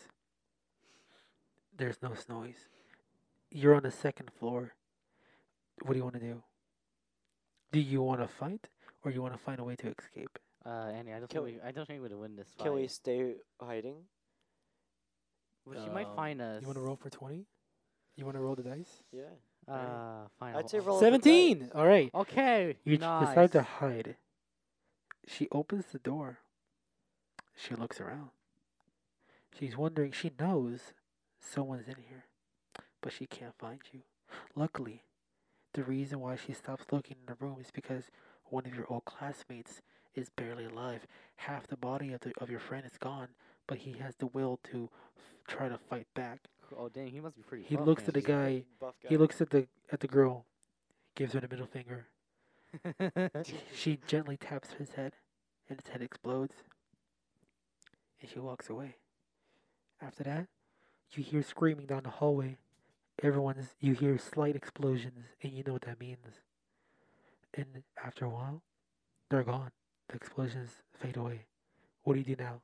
There's no noise. You're on the second floor. What do you want to do? Do you want to fight or you want to find a way to escape? Uh, Andy, I don't Can think we, I don't think we would win this fight. Can we stay hiding? But she might Um, find us. You want to roll for 20? You want to roll the dice? Yeah. Uh, right? fine. I'd I'll- say I'll- roll for 17. dice. Oh, All right. Okay. You ch- nice. decide to hide. She opens the door. She looks around. She's wondering, she knows someone's in here, but she can't find you. Luckily, the reason why she stops looking in the room is because one of your old classmates is barely alive. Half the body of, the, of your friend is gone, but he has the will to f- try to fight back. Oh dang, he must be pretty. He buff, looks at the Andy. guy, Buff guy. he looks at the at the girl, gives her the middle finger. She gently taps his head, and his head explodes, and she walks away. After that, you hear screaming down the hallway. Everyone's you hear slight explosions, and you know what that means. And after a while, they're gone. The explosions fade away. What do you do now?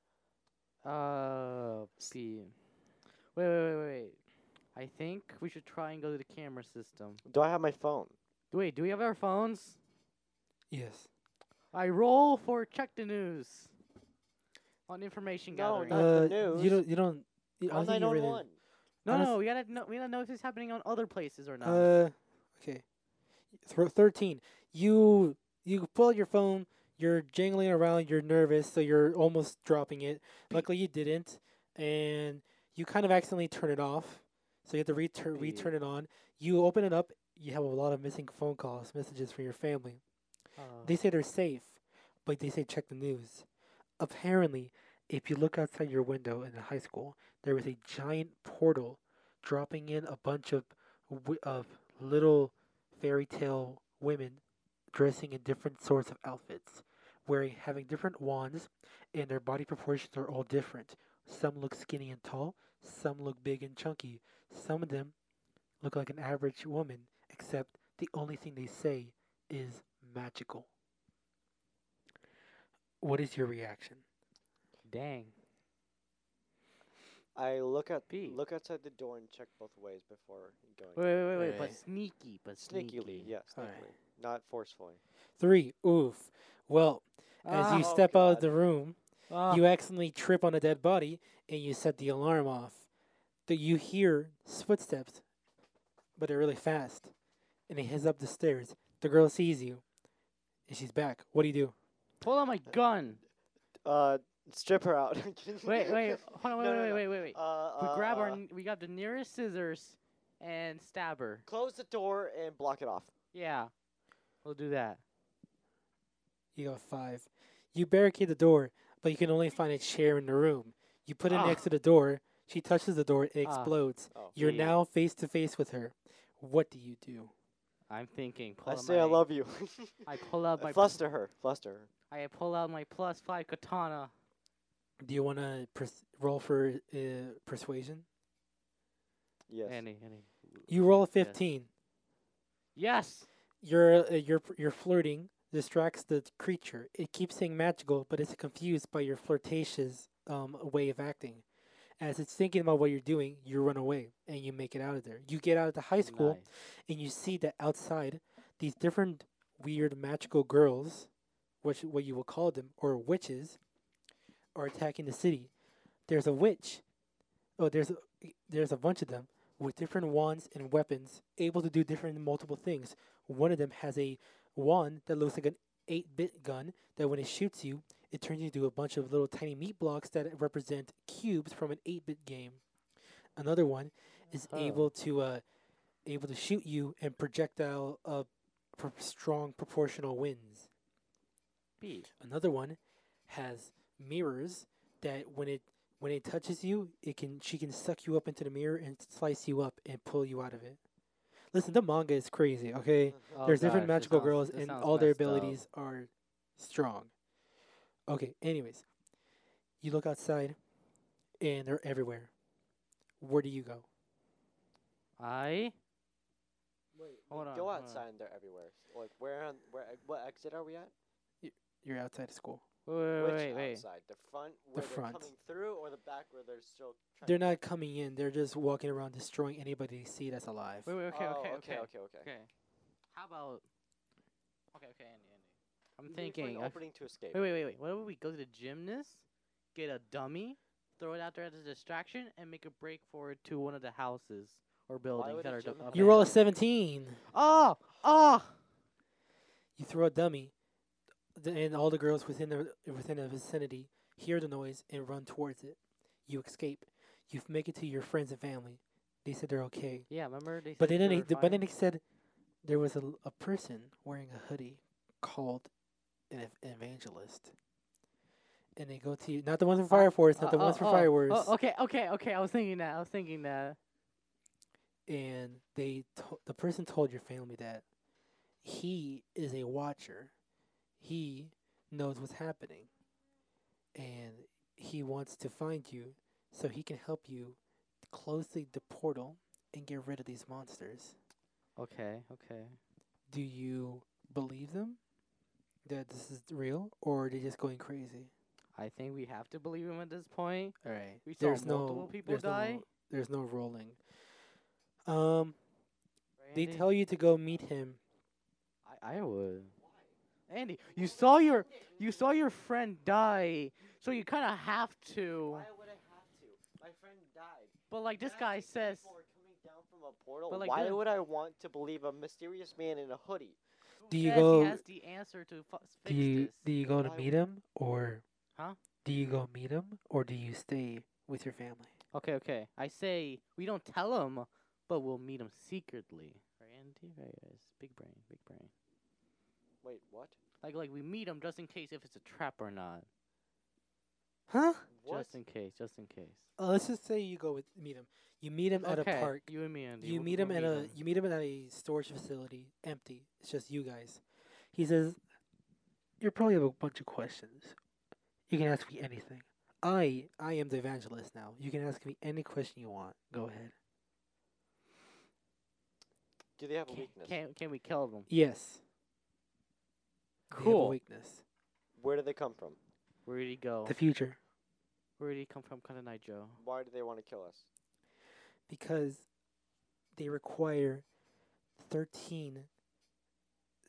Uh, see. Wait, wait, wait, wait, wait. I think we should try and go to the camera system. Do I have my phone? Wait, do we have our phones? Yes. I roll for check the news on information No, gathering. not the news. Uh, you don't. You don't. I On don't think you really- 911. no, honest- no, we gotta know. We gotta know if it's happening on other places or not. Uh, okay. Thro- Thirteen. You you pull out your phone. You're jangling around. You're nervous, so you're almost dropping it. Luckily, you didn't, and you kind of accidentally turn it off. So you have to return Beep. return it on. You open it up. You have a lot of missing phone calls, messages from your family. Uh, They say they're safe, but they say check the news. Apparently, if you look outside your window in the high school, there was a giant portal dropping in a bunch of wi- of little fairy tale women dressing in different sorts of outfits, wearing having different wands, and their body proportions are all different. Some look skinny and tall, some look big and chunky. Some of them look like an average woman, except the only thing they say is magical. What is your reaction? dang. I look out. Pete. Look outside the door and check both ways before going. Wait, wait, wait, wait. But Alright. sneaky, but sneaky. Sneakily, yeah, sneakily, Alright. not forcefully. Three. Oof. Well, Uh, as you Ah. step Oh, out of God. the room, Uh, Ah, you accidentally trip on a dead body and you set the alarm off. That you hear s- footsteps, but they're really fast, and it heads up the stairs. The girl sees you, and she's back. What do you do? pull out my gun. Uh, strip her out. Wait, wait. Hold on. Wait, No, no, wait, no. wait, wait, wait. Uh, we uh, grab our. uh, n- We got the nearest scissors and stab her. Close the door and block it off. Yeah, we'll do that. You got five. You barricade the door, but you can only find a chair in the room. You put it Ah. next to the door. She touches the door. It Ah. explodes. Oh. You're Jeez. now face to face with her. What do you do? I'm thinking. Pull I out say I my- love you. Uh, I pull out my. fluster her. Fluster her. I pull out my plus five katana. Do you want to pers- roll for uh, persuasion? Yes. Any, any. You roll a Yes. 15. Yes. Your uh, your your flirting distracts the creature. It keeps saying magical, but it's confused by your flirtatious um, way of acting. As it's thinking about what you're doing, you run away and you make it out of there. You get out of the high school Nice. and you see that outside these different weird magical girls, which what you will call them, or witches, are attacking the city. There's a witch. Oh, there's a, there's a bunch of them with different wands and weapons, able to do different multiple things. One of them has a wand that looks like an eight-bit gun that when it shoots you, it turns you into a bunch of little tiny meat blocks that represent cubes from an eight-bit game. Another one is Oh. able to uh, able to shoot you and projectile uh, pro- strong proportional winds. Beat. Another one has mirrors that when it when it touches you, it can she can suck you up into the mirror and slice you up and pull you out of it. Listen, the manga is crazy. Okay, Oh there's different gosh, this magical sounds- girls this and sounds all their messed up. abilities are strong. Okay, anyways, you look outside, and they're everywhere. Where do you go? I Hold Wait, on, go hold on. outside and they're everywhere. Like where on where e, what exit are we at? You're outside of school. wait wait Which wait. wait. outside? The front where they're front. coming through or the back where they're still trying They're to- not coming in. They're just walking around destroying anybody they see that's alive. Wait, wait, okay, Oh, okay, okay, okay, okay, okay. okay. How about? Okay, okay, Andy, Andy. I'm You leave, like, thinking. I- opening to escape. Wait, wait, wait, wait. What if we go to the gymnast, get a dummy, throw it out there as a distraction, and make a break forward to one of the houses or buildings would that a are gym have abandoned? You roll a 17. Oh, oh. You throw a dummy, th- and all the girls within the within the vicinity hear the noise and run towards it. You escape. You f- make it to your friends and family. They said they're okay, Yeah, remember they. but said they then they, were th- but fine? then they said there was a, l- a person wearing a hoodie called an ev- evangelist, and they go to you. Not the ones from Uh, Fire Force, not Uh, the oh, ones from oh, Fireworks. Oh, okay, okay, okay. I was thinking that. I was thinking that. and they to- the person told your family that he is a watcher. He knows what's happening, and he wants to find you so he can help you close the, the portal and get rid of these monsters. Okay, okay. Do you believe them that this is real, or are they just going crazy? I think we have to believe him at this point. All right. We saw multiple people there's die. No, there's no rolling. Um, right, they Andy? tell you to go meet him I, I would. Andy, you saw your you saw your friend die, so you kind of have to. Why would I have to? My friend died. But like this Magic guy says, people are coming down from a portal. But, like, Why this- would I want to believe a mysterious man in a hoodie? Do you says go- He has the answer to fu- fix Do you this. do you go to Why meet him or Huh? Do you go meet him or do you stay with your family? Okay, okay. I say we don't tell him, but we'll meet him secretly. Right, Andy? Right, yes. Big brain, big brain. Wait, what? Like like we meet him just in case if it's a trap or not. Huh? What? Just in case, just in case. Uh, let's just say you go with meet him. You meet him at okay, a park. You and me, Andy. You we'll- meet we'll him at a you meet him at a storage facility, empty. It's just you guys. He says, "You probably have a bunch of questions. You can ask me anything. I I am the evangelist now. You can ask me any question you want. Go ahead." Do they have a Can, weakness? can can we kill him? Yes. they have a Cool. weakness. Where do they come from? Where did he go? The future. Where did he come from, kind of night, Joe? Why do they want to kill us? because they require 13,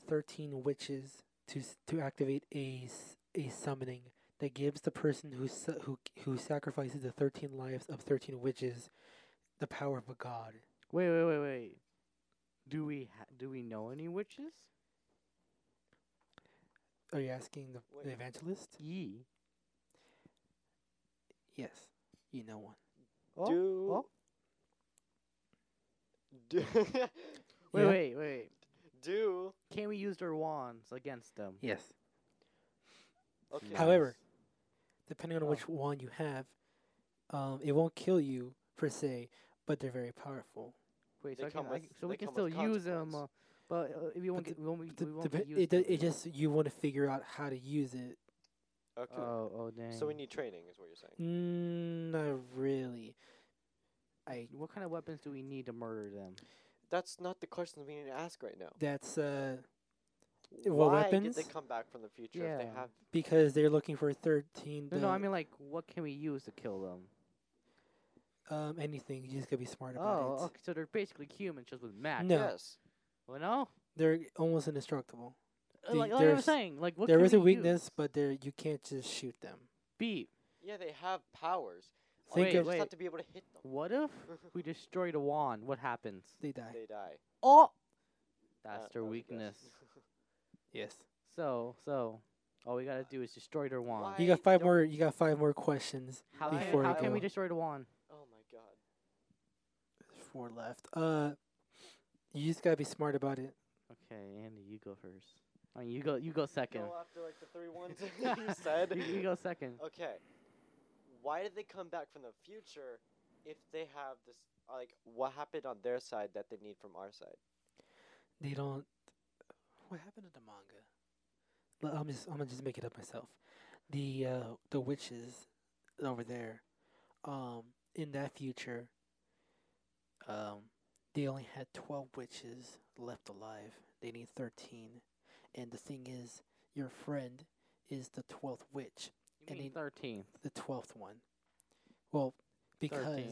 13 witches to s- to activate a s- a summoning that gives the person who sa- who who sacrifices the 13 lives of 13 witches the power of a god. Wait, wait, wait, wait. Do we ha- do we know any witches? Are you asking the, Wait. the evangelist? Ye. Yes, you know one. Oh, do. oh. Do, Wait, Yeah. wait, wait. do Can we use their wands against them? Yes. okay. However, Depending on Oh. which one you have, um, it won't kill you per se, but they're very powerful. Wait, They so, I can, come I with- can- so they we can come still with use them, uh, consequence. but uh, we won't. the- get, we won't. Be, The- we won't the- be used it, to it just you want to figure out how to use it. Okay. Oh, oh, dang. so we need training, is what you're saying. Mm, not really. I What kind of weapons do we need to murder them? That's not the question we need to ask right now. that's uh Well, Why did they weapons? come back from the future if Yeah. they have because they're looking for thirteen. No, no, I the- mean like, what can we use to kill them? um anything. You just gotta be smart about Oh, it. okay. So they're basically humans, just with magic. No. Yes. Well, no. They're almost indestructible. Uh, The- like, like I was there's- saying, like what there can is a we weakness, use? but there you can't just shoot them. beat. Yeah, they have powers. All you Wait, do is just wait. have to be able to hit them. What if Mm-hmm. we destroy the wand? What happens? They die. they die. Oh, Uh, that's that their was a guess. weakness. Yes. So, so, all we gotta do is destroy their wand. Why You got five don't- more. You got five more questions. How, Why- can, Before how we can we go. destroy the wand? oh my god. Four left. Uh, you just gotta be smart about it. Okay, Andy, you go first. I mean, you go, you go second. Go after like the three ones you said. Oh, you, you go second. Okay. Why did they come back from the future if they have this like what happened on their side that they need from our side? They don't. What happened to the manga? Well, I'm just. I'm gonna just make it up myself. The uh, the witches over there, um, in that future, um, they only had twelve witches left alive. They need thirteen, and the thing is, your friend is the twelfth witch, You and mean he- thirteenth? the twelfth one. Well, because Thirteen.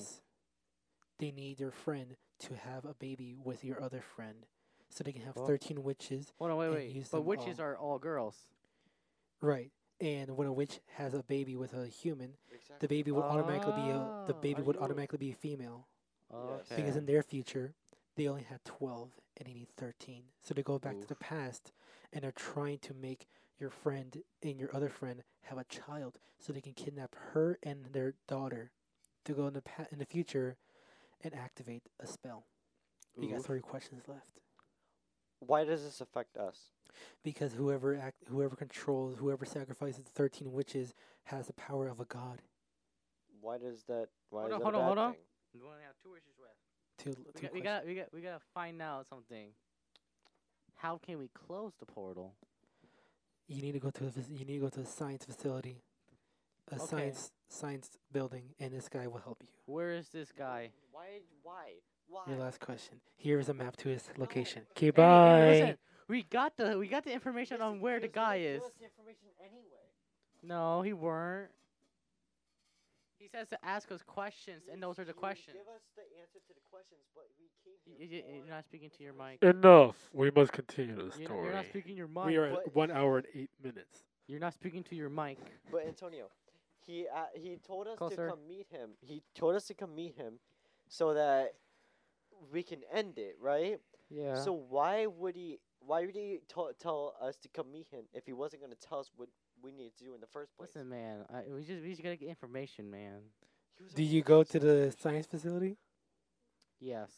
they need your friend to have a baby with your other friend, so they can have Well- thirteen witches. Hold on, wait, and wait. use But them witches all. are all girls. Right. And when a witch has a baby with a human, the Exactly. baby would automatically be a the Oh, baby are would you- automatically be a female Yes. Okay. because in their future they only had twelve and they need thirteen, so they go back to the Oof. past and are trying to make your friend and your other friend have a child so they can kidnap her and their daughter to go in the pa- in the future and activate a spell. You got Oof. three questions left. Why does this affect us? Because whoever act, whoever controls, whoever sacrifices the thirteen witches has the power of a god. Why does that why Hold is on, that hold a on, bad hold on. thing? We only have two wishes left. Two, We two got, we questions. got, we got, we got to find out something. How can we close the portal? You need to go to a fac- you need to go to a science facility, a Okay. science science building, and this guy will help you. Where is this guy? Why why? Why? Your last question. Here is a map to his location. Hey, Goodbye. hey, listen, we got the we got the information Listen, on where the he was gonna guy give is. us the information anyway. No, he weren't. He says to ask us questions, He- and those are the he would questions. Give us the answer to the questions, but we came Y- here y- y- for You're not speaking to your mic. Enough. We must continue the You're not, you're story. not speaking your mic. we are What- at one hour and eight minutes. You're not speaking to your mic. But Antonio, he uh, he told us Closer. to come meet him. He told us to come meet him, so that we can end it, right? Yeah. So why would he? Why would he t- tell us to come meet him if he wasn't going to tell us what we need to do in the first place? listen, man. I, we just we just gotta get information, man. He was Do already you giving go to us the the information. science facility? Yes.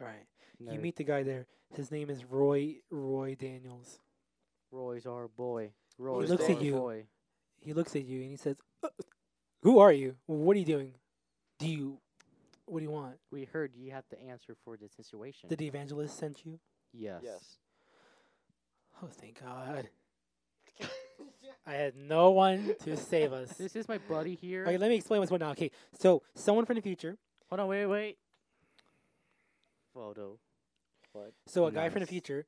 All right. You nerd. meet the guy there. His name is Roy Roy Daniels. Roy's our boy. Roy's looks at our you. boy. He looks at you and he says, "Uh, "Who are you? What are you doing? Do you what do you want? We heard you have to answer for the situation. Did the evangelist send you?" yes. Yes. Oh, thank God. I had no one to save us. This is my buddy here. Okay, let me explain what's going on. Okay, so someone from the future. Hold on, wait, wait. Photo. What? So a guy from the Nice. future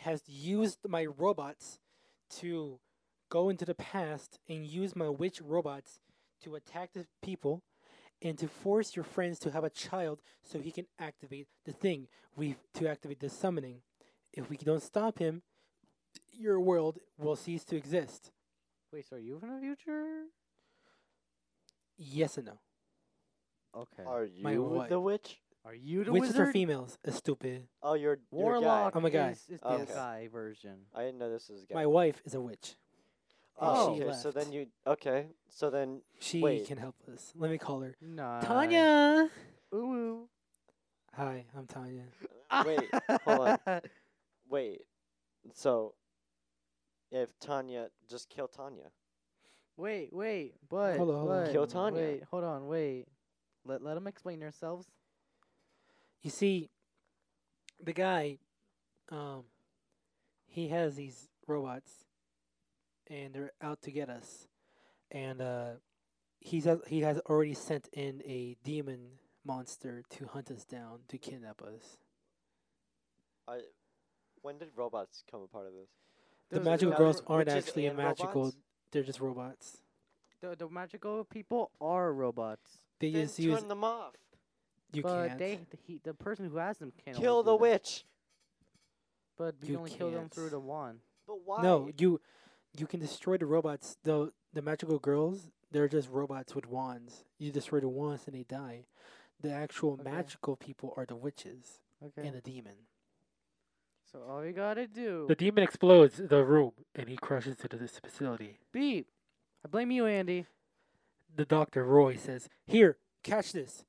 has used my robots to go into the past and use my witch robots to attack the people and to force your friends to have a child so he can activate the thing we to activate the summoning. If we don't stop him, your world will cease to exist. Wait, so are you from the future? Yes and no. Okay. Are, Are My you wife. the witch? you the Witches wizard? are females. Uh, stupid. Oh, you're you're a guy. Warlock. I'm a guy. Is, is Okay. the guy version. I didn't know this was a guy. My wife is a witch. and oh, she okay. So left. then you okay? So then She Wait. Uh, can help us. Let me call her. No. Tanya. Ooh. ooh. Hi, I'm Tanya. wait, hold on. Wait. So if Tanya just kill Tanya. Wait, wait, but Hold on, hold on. but, Kill Tanya. Wait, hold on, wait. Let let them explain themselves. You see, the guy, um, he has these robots, and they're out to get us, and uh, he's has, he has already sent in a demon monster to hunt us down to kidnap us. I, when did robots come a part of this? The Those- magical those- girls Which aren't is actually and magical; robots? they're just robots. The, the magical people are robots. They Then just use turn them off. you but can't. uh, they the, he, the person who has them can Kill the witch. witch. But we You only kill them can't. through the wand. But why? No, you you can destroy the robots. The the magical girls, they're just robots with wands. You destroy the wands and they die. The actual Okay. magical people are the witches Okay. and the demon. so all you gotta do. The demon explodes the room and he crashes into this facility. Beep. I blame you, Andy. The doctor Roy says, "Here, catch this.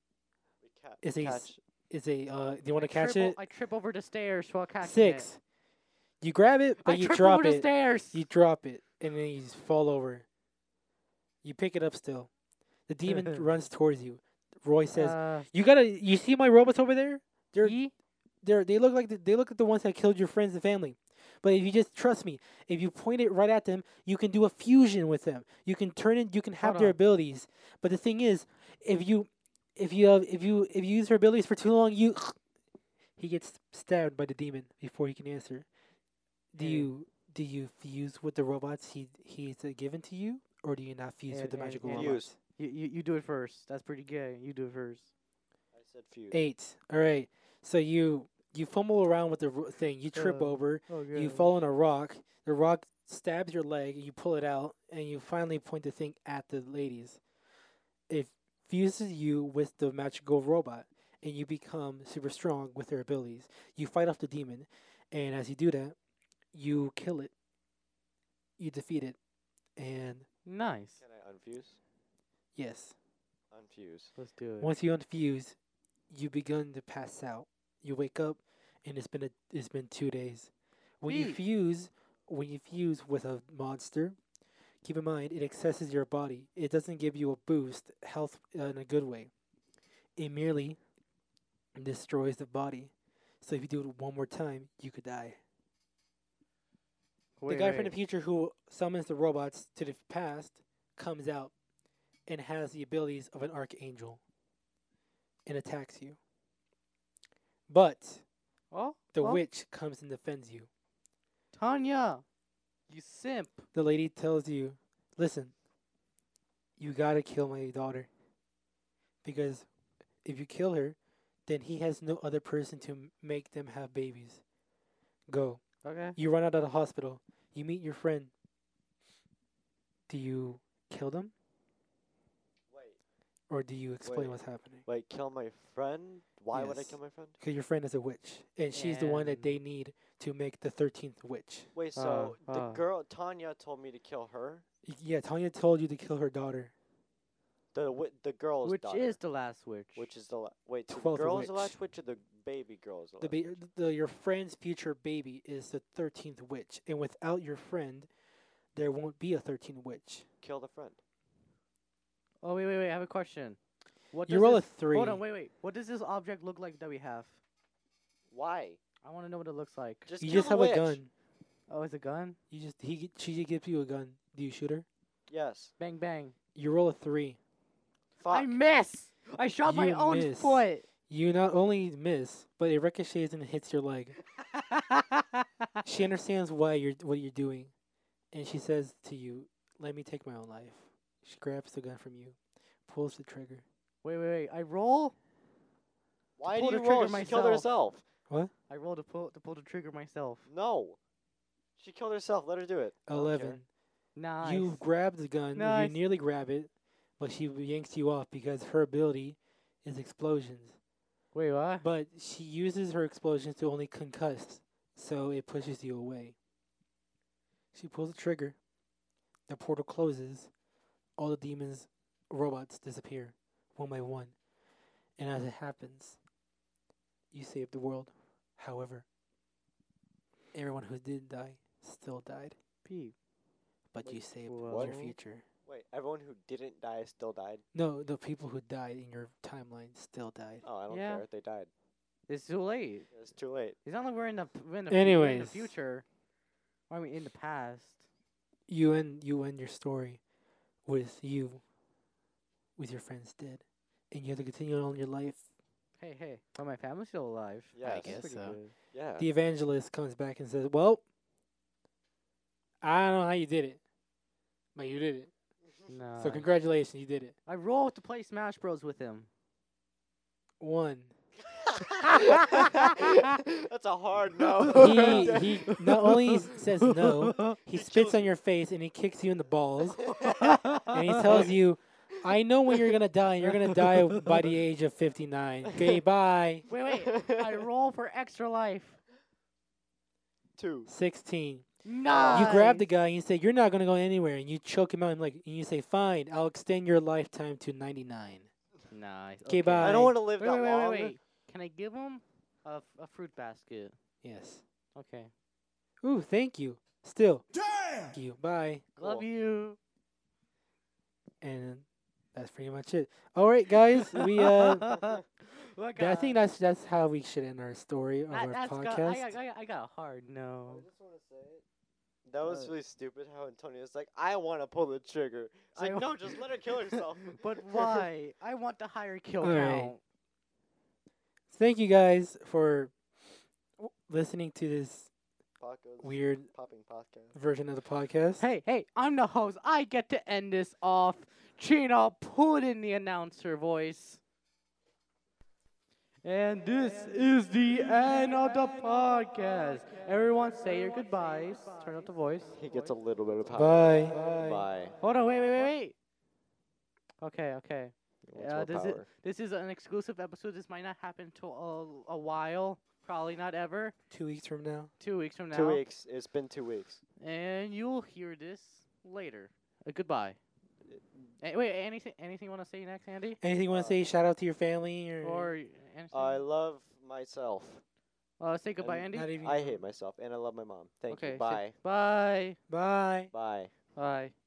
We ca- Is he s- catch. Is a uh, do you want to I catch triple- it? I trip over the stairs while catching it. Six. You grab it, but I you trip drop over the it. stairs. You drop it, and then you just fall over. You pick it up still. The demon runs towards you. Roy says, Uh, "You gotta. You see my robots over there? They're ye- they're they look like the, they look at the ones that killed your friends and family. But if you just trust me, if you point it right at them, you can do a fusion with them. You can turn it. You can have Hold their on. abilities. But the thing is, if you if you uh, if you if you use her abilities for too long, you he gets stabbed by the demon before he can answer. Do Yeah. you do you fuse with the robots he he's uh, given to you, or do you not fuse Yeah, with the yeah, magical yeah. robots? Fuse. you, you you do it first. That's pretty gay. You do it first. I said fuse. Eight. All right. So you you fumble around with the ro- thing. You trip Uh, over. Oh, You fall on a rock. The rock stabs your leg. You pull it out, and you finally point the thing at the ladies. It fuses you with the magical robot, and you become super strong with their abilities. You fight off the demon, and as you do that, you kill it. You defeat it, and Nice. Can I unfuse? yes, Unfuse. Let's do it. once you unfuse, you begin to pass out. You wake up, and it's been a, it's been two days. When you Beep. fuse, when you fuse with a monster, keep in mind it accesses your body. It doesn't give you a boost health uh, in a good way. It merely destroys the body. So if you do it one more time, you could die. Wait, the guy from the wait. future who summons the robots to the past comes out and has the abilities of an archangel and attacks you. But Oh, the oh, witch comes and defends you. Tanya, you simp. The lady tells you, "Listen, you gotta kill my daughter because if you kill her, then he has no other person to m- make them have babies. Go." Okay. You run out of the hospital. You meet your friend. Do you kill them Wait. or do you explain Wait. what's happening? Wait. Kill my friend. Why would I Yes. kill my friend? Because your friend is a witch, and she's the one that And- they need to make the thirteenth witch. Wait. Uh, So the uh. girl Tanya told me to kill her. Y- Yeah, Tanya told you to kill her daughter. The wi- the girl's Which daughter, is the last witch? which is the la- wait. so The Twelfth girl's the witch. last witch or the baby girl's the The, last ba- the your friend's future baby is the thirteenth witch, and without your friend, there won't be a thirteenth witch. Kill the friend. Oh wait, wait, wait. I have a question. What You does roll a this, three. Hold on, wait, wait. What does this object look like that we have? Why? I want to know what it looks like. Just You kill just the have witch. a gun. oh, it's a gun. You just he gi- she gives you a gun. Do you shoot her? Yes. Bang bang. You roll a three. Fuck. I miss. I shot my You own miss. foot. You not only miss, but it ricochets and hits your leg. she understands why you're what you're doing, and she says to you, "Let me take my own life." She grabs the gun from you, pulls the trigger. wait, wait, wait. I roll. Why pull do the you roll? trigger She killed myself. herself. I roll to pull to pull the trigger myself. No. She killed herself. Let her do it. don't care. Eleven. Nice. You grab the gun. Nice. You nearly grab it, but she yanks you off because her ability is explosions. Wait, what? But she uses her explosions to only concuss, so it pushes you away. She pulls the trigger. The portal closes. All the demons, robots disappear one by one. And as it happens, you save the world. However, everyone who did die still died, Peep. but Wait, you saved what? your future. Wait. everyone who didn't die still died. No, the people who died in your timeline still died. Oh, I don't Yeah. care if they died. It's too late. It's too late. It's not like we're in the we're in the, fu- we're in the Anyways. future. Why are we in the past? You end you end your story with you with your friends dead. And you have to continue on your life. Hey, hey. But my family's still alive. Yes. That's guess pretty so. good. Yeah. The evangelist comes back and says, Well I don't know how you did it. But you did it. No. so congratulations, you did it. I rolled to play Smash Bros with him. One. That's a hard no. he he not only s- says no, he spits on your face and he kicks you in the balls and he tells you, "I know when you're gonna die. You're gonna die by the age of 59. Okay, bye." Wait, wait. I roll for extra life. two. 16. No. You grab the guy and you say, "You're not gonna go anywhere," and you choke him out. And like, and you say, "Fine, I'll extend your lifetime to 99." Nice. Okay, bye. I don't want to live Wait, wait, that wait, wait, long. wait. Can I give him a, f- a fruit basket? Yes. Okay. Ooh, thank you. Still. Thank you. Bye. Love Cool. you. And that's pretty much it. All right, guys. We Oh uh. Look, I uh, think that's that's how we should end our story of that, our that's podcast. got, I, got, I, got, I got a hard no. That was Uh, really stupid how Antonio's like, I want to pull the trigger. It's I like, wa- no, just let her kill herself. But why? I want the higher kill All right. count. Thank you guys for w- listening to this Paco's weird popping podcast. version of the podcast. Hey, hey, I'm the host. I get to end this off. Chino, put in the announcer voice. And this is the end of the podcast. Everyone say your goodbyes. Turn up the voice. He gets a little bit of power. Bye. Bye. Hold on, wait, wait, wait, wait. Okay, okay. He wants Yeah, more does it- power. This is an exclusive episode. This might not happen till a, a while. Probably not ever. Two weeks from now. Two weeks from now. Two weeks. It's been two weeks. And you'll hear this later. Uh, goodbye. Eh, wait, anything? Anything you want to say next, Andy? Anything you want Uh, to say? Shout out to your family or, Or anything? I love myself. uh, say goodbye, and Andy. not even. I hate myself, and I love my mom. Thank okay. you. say Bye. Bye. Bye. Bye. Bye.